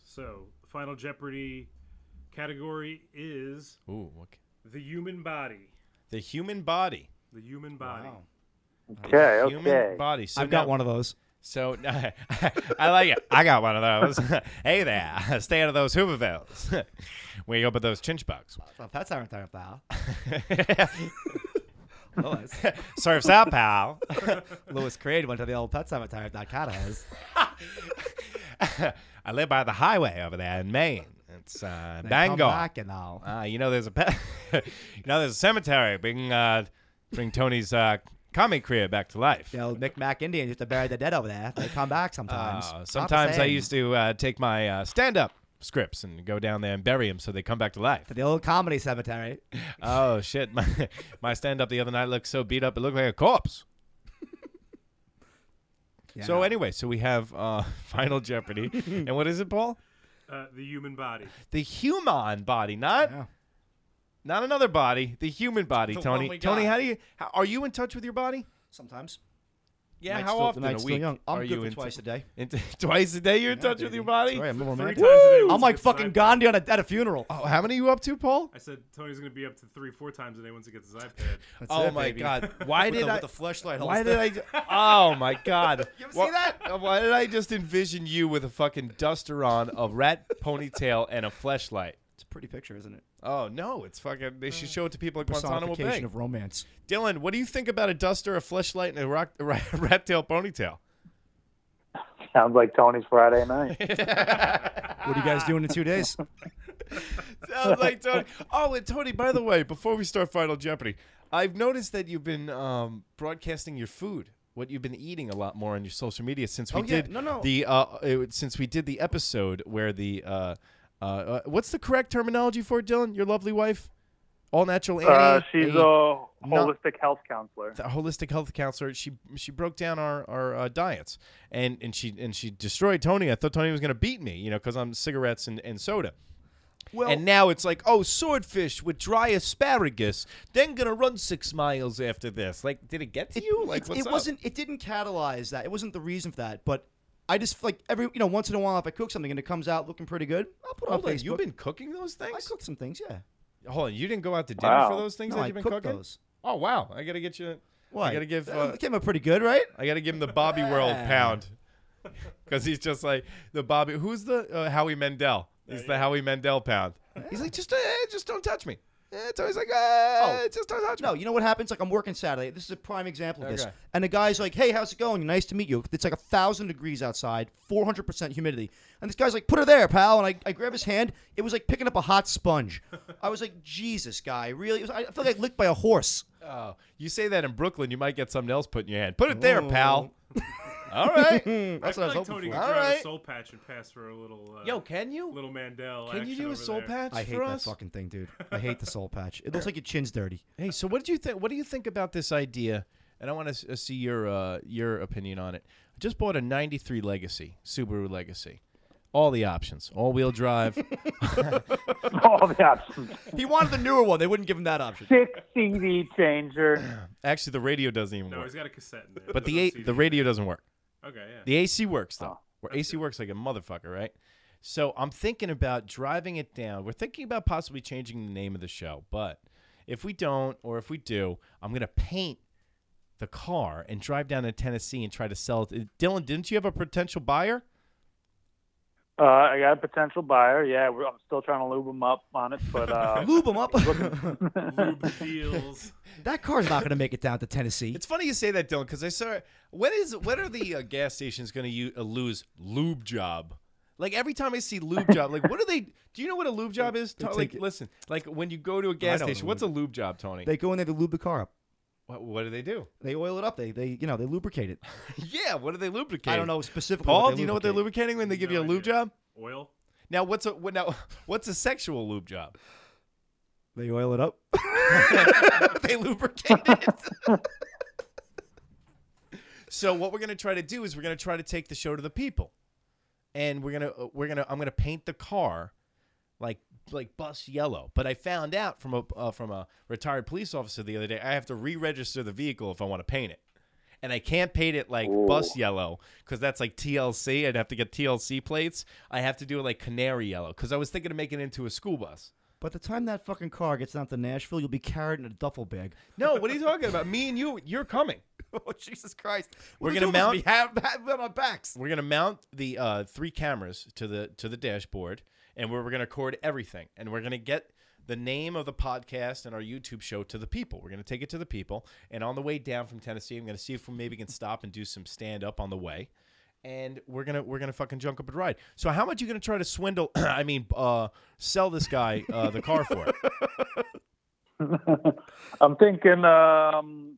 so Final Jeopardy category is Ooh, okay. the human body. The human body. The human body. Okay, The okay. Human body. So I've got now- one of those. So I like it. I got one of those. hey there, stay out of those Hoovervilles. Where you open those chinch bugs. That's our entire pal. Oh, Surf's up, pal. Lewis Creed went to the old pet cemetery of Nakatas. I live by the highway over there in Maine. It's uh, They come Bangor. back and all. Uh, you know, there's a pe- you know there's a cemetery. Bring uh, bring Tony's uh, comic career back to life. The old Micmac Indians used to bury the dead over there. They come back sometimes. Uh, sometimes I used to uh, take my uh, stand-up scripts and go down there and bury them so they come back to life. to the old comedy cemetery. oh shit, my my stand-up the other night looked so beat up it looked like a corpse. So Yeah. anyway, so we have uh, Final Jeopardy, and what is it, Paul? Uh, the human body. The human body, not Yeah. not another body, the human body. The one Tony, we Tony, got. how do you? How, are you in touch with your body? sometimes. Yeah, Night's how still- the often a night's still week young. I'm are good you for in twice a day. into- twice a day, you're in touch with your body. Sorry, I'm, a Three romantic. times a day. I'm once like it gets fucking his iPad. Gandhi on a, at a funeral. Oh, how many are you up to, Paul? I said Tony's going to be up to three, four times a day once he gets his iPad. oh my God! Why With did the, I? with the flashlight? Why did I? ju- Oh my God! you ever see that? Why did I just envision you with a fucking duster on, a rat ponytail, and a flashlight? It's a pretty picture, isn't it? Oh no! It's fucking. They should show it to people at Guantanamo Bay. Personification of romance. Dylan, what do you think about a duster, a flashlight, and a rock, a ra- rat tail ponytail? Sounds like Tony's Friday night. What are you guys doing in two days? Sounds like Tony. Oh, and Tony, by the way, before we start Final Jeopardy, I've noticed that you've been um, broadcasting your food, what you've been eating a lot more on your social media since we Oh, yeah. did No, no. the uh, it, was- since we did the episode where the uh, uh, uh, what's the correct terminology for it, Dylan? Your lovely wife, all natural Annie. Uh, she's a a holistic health counselor. the holistic health counselor. She she broke down our our uh, diets and and she and she destroyed Tony. I thought Tony was gonna beat me, you know, because I'm cigarettes and, and soda. Well, and now it's like, oh, swordfish with dry asparagus. Then gonna run six miles after this. Like, did it get to you? Like, it, what's it up? wasn't. It didn't catalyze that. It wasn't the reason for that. But I just like every you know once in a while if I cook something and it comes out looking pretty good, I'll put it Hold on on, Facebook. you've been cooking those I things. cooked some things, yeah. Hold on, you didn't go out to dinner Wow. for those things no, that I you've been cooked cooking. those. Oh wow, I gotta get you. Why? I gotta give. That Uh, came up pretty good, right? I gotta give him the Bobby World Yeah. pound because he's just like the Bobby. Who's the uh, Howie Mendel? He's the Howie Mendel pound. He's like just, eh, uh, just don't touch me. Eh, It's always like, uh, Oh. just don't touch me. No, you know what happens? Like I'm working Saturday. This is a prime example of this. Okay. And the guy's like, "Hey, how's it going? Nice to meet you." It's like a thousand degrees outside, 400 percent humidity, and this guy's like, "Put her there, pal." And I, I grab his hand. It was like picking up a hot sponge. I was like, "Jesus, guy, really?" It was, I felt like licked by a horse. Oh, you say that in Brooklyn, you might get something else put in your hand. Put it there, pal. All right. I feel like Tony could All grab a right. soul patch and pass for a little. Uh, Yo, can you? Little Mandel. Can you action do a over soul there. patch I hate for that us? fucking thing, dude. I hate the soul patch. It looks like your chin's dirty. Hey, so what did you think? What do you think about this idea? And I want to s- see your uh, your opinion on it. I just bought a '93 Legacy Subaru Legacy, all the options, all wheel drive. all the options. He wanted the newer one. They wouldn't give him that option. Six CD changer. Actually, the radio doesn't even No, work. he's got a cassette in there. But the There's no eight, CD. the radio doesn't work. Okay, yeah. The AC works though. Where AC works like a motherfucker, right? So I'm thinking about driving it down. We're thinking about possibly changing the name of the show, but if we don't, or if we do, I'm gonna paint the car and drive down to Tennessee and try to sell it. Dylan, didn't you have a potential buyer? Uh, I got a potential buyer. Yeah, we're, I'm still trying to lube him up on it, but uh, Lube him up. deals. that car's not gonna make it down to Tennessee. It's funny you say that, Dylan, because I saw. When is when are the uh, gas stations going to uh, lose lube job? Like every time I see lube job, like what are they? Do you know what a lube job is? They Tony? like take it- listen, like when you go to a gas know what a station, what's a lube job, Tony? They go in there to lube the car up. what, what do they do? They oil it up. They they you know they lubricate it. Yeah, what do they lubricate? I don't know specifically. Paul, what do they you know what they're lubricate. lubricating when they give you a lube job? Oil. Now what's a what, now what's a sexual lube job? They oil it up. they lubricate it. so what we're gonna try to do is we're gonna try to take the show to the people, and we're gonna uh, we're gonna I'm gonna paint the car like like bus yellow. But I found out from a uh, from a retired police officer the other day I have to re-register the vehicle if I want to paint it. And I can't paint it like bus yellow because that's like TLC. I'd have to get TLC plates. I have to do it like canary yellow because I was thinking of making it into a school bus. By the time that fucking car gets down to Nashville, you'll be carried in a duffel bag. No, Oh, what are you talking about? Me and you, you're coming. oh Jesus Christ! We're The gonna two of us mount- be have have them on our backs. We're gonna mount the uh, three cameras to the to the dashboard, and we're, we're gonna record everything, and we're gonna get the name of the podcast and our YouTube show to the people. We're gonna take it to the people, and on the way down from Tennessee, I'm gonna see if we maybe can stop and do some stand up on the way, and we're gonna we're gonna fucking junk up and ride. So how much you gonna try to swindle? I mean, uh, sell this guy uh, the car for? I'm thinking um,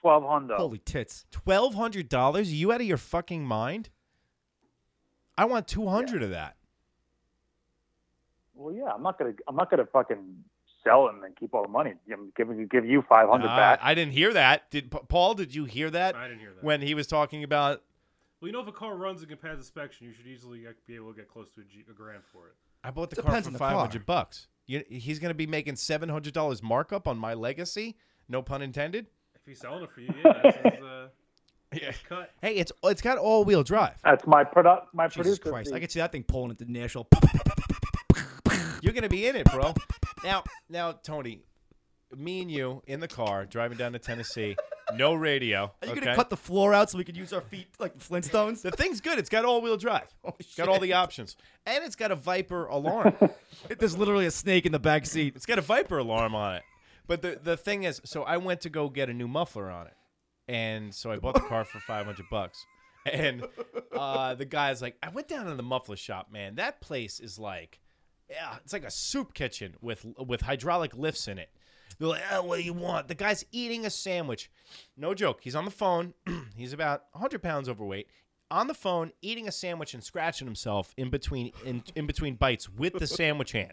twelve Honda. Holy tits! Twelve hundred dollars? Are you out of your fucking mind? I want two hundred of that. Well, yeah, I'm not gonna I'm not gonna fucking sell him and keep all the money. I'm giving give you five hundred Nah, back. I didn't hear that. Did Pa- Paul? Did you hear that? I didn't hear that. when he was talking about. Well, you know, if a car runs and can pass inspection, you should easily like, be able to get close to a, G- a grand for it. I bought the Depends car on for the five car. hundred bucks. You, he's going to be making seven hundred dollars markup on my legacy. No pun intended. If he's selling it for you, yeah, that's his, uh, Yeah. cut. Hey, it's it's got all wheel drive. That's my product. My Jesus producer. Christ! fee. I could see that thing pulling into Nashville. You're going to be in it, bro. Now, now, Tony, me and you in the car driving down to Tennessee. No radio. Are you okay? gonna cut the floor out so we could use our feet like Flintstones? The thing's good. It's got all-wheel drive. Oh, It's got all the options, and it's got a Viper alarm. There's literally a snake in the back seat. It's got a Viper alarm on it. But the the thing is, so I went to go get a new muffler on it, and so I bought the car for five hundred bucks. And uh, the guy's like, I went down to the muffler shop, man. That place is like, yeah, it's like a soup kitchen with with hydraulic lifts in it. They're like, oh, what do you want? The guy's eating a sandwich. No joke. He's on the phone. He's about 100 pounds overweight. On the phone, eating a sandwich and scratching himself in between in, in between bites with the sandwich hand.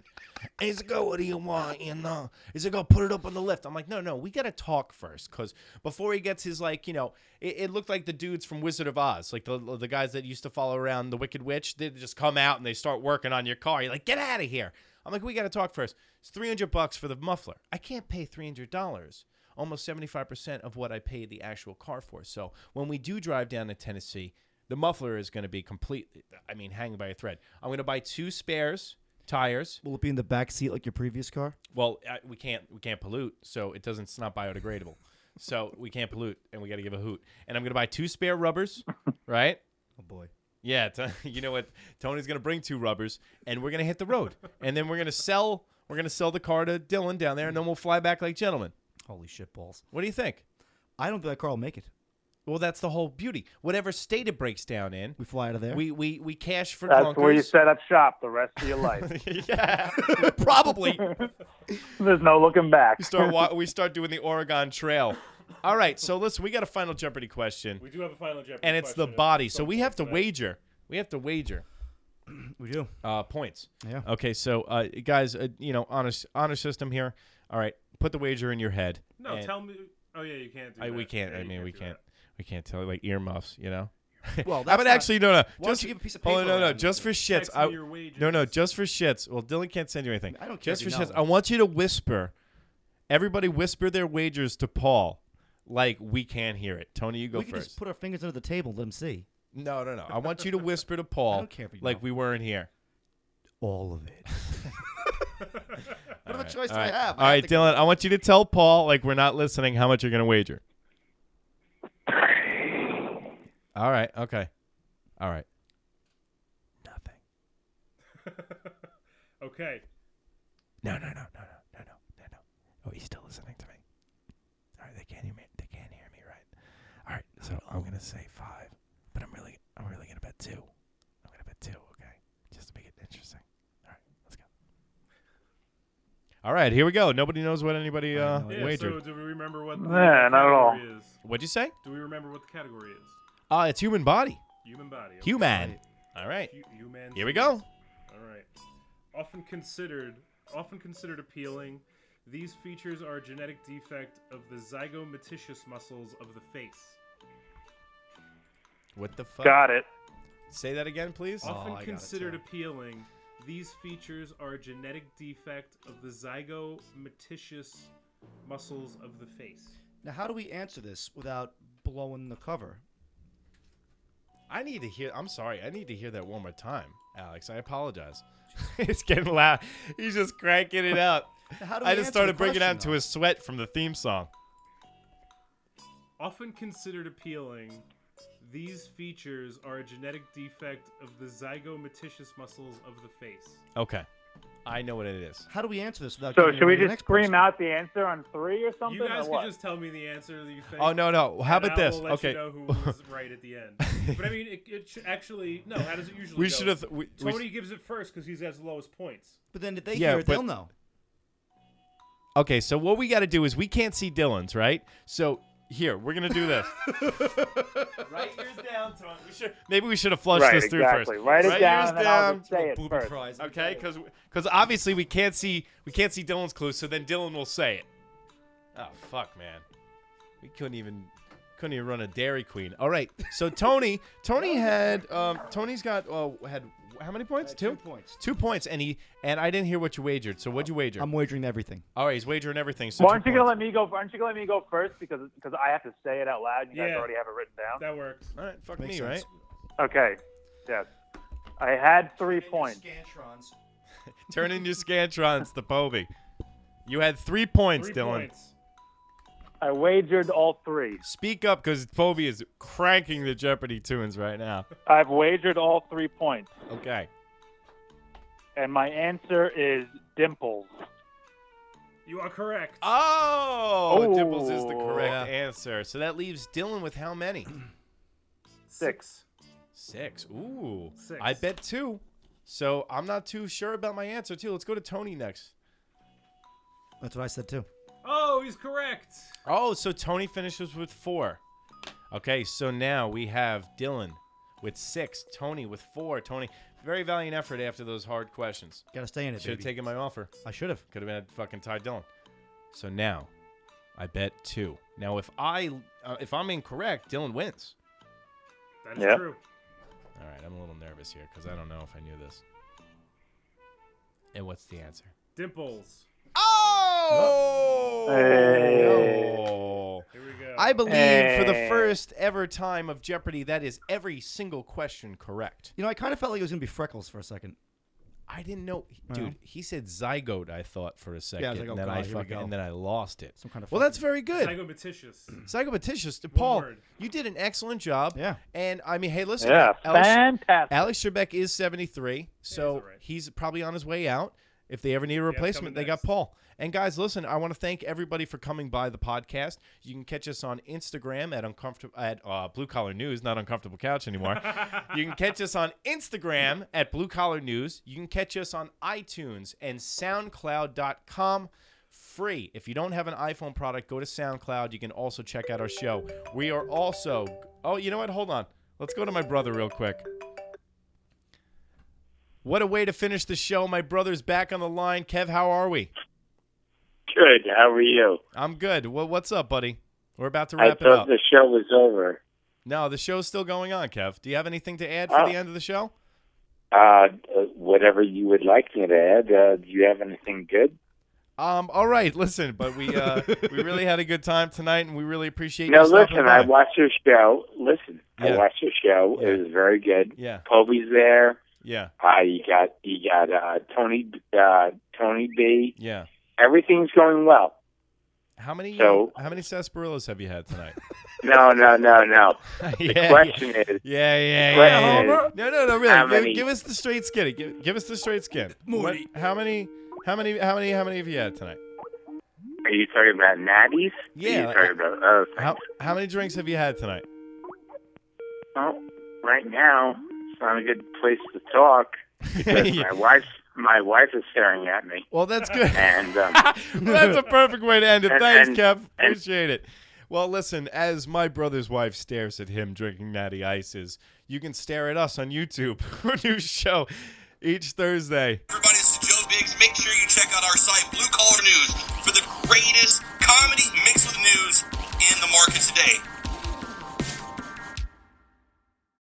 And he's like, oh, what do you want? You know, he's like, oh, put it up on the lift. I'm like, no, no, we got to talk first. Because before he gets his, like, you know, it, it looked like the dudes from Wizard of Oz, like the, the guys that used to follow around the Wicked Witch. They just come out and they start working on your car. You're like, get out of here. I'm like, we got to talk first. It's 300 bucks for the muffler. I can't pay $300, almost 75% of what I paid the actual car for. So when we do drive down to Tennessee, the muffler is going to be completely, I mean, hanging by a thread. I'm going to buy two spares tires. Will it be in the back seat like your previous car? Well, uh, we can't we can't pollute, so it doesn't. It's not biodegradable, so we can't pollute, and we got to give a hoot. And I'm gonna buy two spare rubbers, right? Oh boy. Yeah, t- you know what? Tony's gonna bring two rubbers, and we're gonna hit the road, and then we're gonna sell. We're gonna sell the car to Dylan down there, and then we'll fly back like gentlemen. Holy shit balls! What do you think? I don't think that car will make it. Well, that's the whole beauty. Whatever state it breaks down in, we fly out of there. We we, we cash for That's where you clunkers. set up shop the rest of your life. yeah, probably. There's no looking back. We start wa- we start doing the Oregon Trail. All right, so listen, we got a final Jeopardy question. We do have a final Jeopardy and it's the question at body. So some we point have to tonight. wager. We have to wager We do. uh, points. Yeah. Okay, so uh, guys, uh, you know, honor honor system here. All right, put the wager in your head. No, and- tell me. Oh yeah, you can't do I, that. we can't. Yeah, I you mean, we do can't. that. We can't tell like earmuffs, you know. Well, I that's mean, not- actually, no, no. Why don't just, you give a piece of hold on, paper no, no, around just and for shits. text I, me your wages. no, no, just for shits. Well, Dylan can't send you anything. I don't care Just if for you shits. know. I want you to whisper. Everybody whisper their wagers to Paul, like we can't hear it. Tony, you go we can first. just put our fingers under the table and let them see No, no, no. I want you to whisper to Paul, don't care if you like know. we weren't here. all of it. what other choice All right, do I have? All right Dylan, I want you to tell Paul, like we're not listening, how much you're going to wager. All right. Okay. All right. Nothing. Okay. No, no, no, no, no, no, no, no, no. Oh, he's still listening to me. All right, they can't hear me. They can't hear me, right? All right, so I'm gonna say five, but I'm really, I'm really gonna bet two. I'm gonna bet two, okay? Just to make it interesting. All right, let's go. All right, here we go. Nobody knows what anybody uh, Yeah, wagered. so do we remember what the Yeah, not at all. category is? What'd you say? Do we remember what the category is? Uh, it's human body. Human body. okay. Human. All right, Hu- Human. here we go. All right. Often considered, often considered appealing, these features are a genetic defect of the zygomaticious muscles of the face. What the fuck? Got it. Say that again, please. Oh, Often I got it, considered sorry. appealing, these features are a genetic defect of the zygomaticious muscles of the face. Now, how do we answer this without blowing the cover? I need to hear. I'm sorry. I need to hear that one more time, Alex. I apologize. it's getting loud. He's just cranking it up. How do we I just answer started the breaking out question, into though? a sweat from the theme song. Often considered appealing, these features are a genetic defect of the zygomaticious muscles of the face. Okay, I know what it is. How do we answer this without? So giving should away we the just next scream person? out the answer on three or something? You guys or could what? just tell me the answer that you think. Oh no no! How and about I this? will let okay. You know who was right at the end. But I mean, it, it should actually no. How does it usually? We go? should have- we- we- Tony gives it first because he has the lowest points. But then if they Yeah, hear it, but- they'll know. okay. So what we got to do is we can't see Dylan's right. So here we're gonna do this. Right ears down, Tony. We should. Maybe we should have flushed right, this through exactly. first. Write it Right down, ears and I'll just down. say it first. Okay, because obviously we can't see we can't see Dylan's clue, so then Dylan will say it. Oh fuck, man, we couldn't even couldn't even run a Dairy Queen. All right, so Tony Tony had um Tony's got uh, had how many points? two points. Two points, and he and I didn't hear what you wagered. So what'd you wager? I'm wagering everything. All right, he's wagering everything. So Well, aren't two you gonna let points. me go? Aren't you gonna let me go first because because I have to say it out loud? and You guys Yeah. already have it written down. That works. All right, fuck Makes me, sense. right? Okay. Yes. I had three points. Scantrons. Turn in your scantrons, the Povey. You had three points, Three Dylan. points. I wagered all three. Speak up, because Povey is cranking the Jeopardy tunes right now. I've wagered all three points, Okay. and my answer is dimples. You are correct. Oh, Dimples is the correct Ooh. answer. So that leaves Dylan with how many? Six. Six. Ooh. Six. I bet two. So I'm not too sure about my answer too. Let's go to Tony next. That's what I said too. Oh, he's correct. Oh, so Tony finishes with four. Okay, so now we have Dylan with six, Tony with four. Tony, very valiant effort after those hard questions. Got to stay in it, Should have baby. taken my offer. I should have. Could have been a fucking Ty Dillon. So now, I bet two. Now if I uh, if I'm incorrect, Dylan wins. That is Yeah. true. All right, I'm a little nervous here because I don't know if I knew this. And what's the answer? Dimples. Oh! Here we go. I believe for the first ever time of Jeopardy, that is every single question correct. You know, I kind of felt like it was gonna be freckles for a second. I didn't know, Oh. dude. He said zygote. I thought for a second, like, oh and then God, I here we fucking, go. and then I lost it. Some kind of well, that's very good. Psychomaticious. Psychomaticious. Paul, word. you did an excellent job. Yeah. And I mean, hey, listen. Yeah, fantastic. Alex Trebek is 73, so he's probably on his way out. If they ever need a replacement, they got Paul. And guys, listen, I want to thank everybody for coming by the podcast. You can catch us on Instagram at uncomfortable at uh, Blue Collar News, not Uncomfortable Couch anymore. you can catch us on Instagram at Blue Collar News. You can catch us on iTunes and SoundCloud.com free. If you don't have an iPhone product, go to SoundCloud. You can also check out our show. We are also Oh, you know what? Hold on. Let's go to my brother real quick. What a way to finish the show. My brother's back on the line. Kev, how are we? Good. How are you? I'm good. Well, what's up, buddy? We're about to I wrap it thought up. the show was over. no, the show's still going on, Kev. Do you have anything to add for Oh. the end of the show? Uh, whatever you would like me to add. Uh, do you have anything good? Um, all right, listen, but we uh, we really had a good time tonight, and we really appreciate no, you stopping listen. I by. watched your show. Listen, Yeah. I watched your show. It was very good. Yeah. Kobe's there. Yeah, Uh, you got you got uh, Tony uh, Tony B. yeah. Everything's going well. How many So- how many sarsaparillas have you had tonight? No, no, no, no. Yeah, the question is. Yeah, yeah, the yeah. question yeah. is, No, no, no, really. How Give, many- give us the straight skin. Give, give us the straight skin. What, Morty. how many? How many? How many? How many have you had tonight? Are you talking about natties? Yeah, Are you like- talking about oh, How how many drinks have you had tonight? Well, Oh, right now, it's not a good place to talk because my wife, my wife is staring at me. Well, that's good. And um, That's a perfect way to end it. And- Thanks, and- Kev. Appreciate it. Well, listen, as my brother's wife stares at him drinking natty ices, you can stare at us on YouTube. Our new show each Thursday. Make sure you check out our site, Blue Collar News, for the greatest comedy mixed with news in the market today.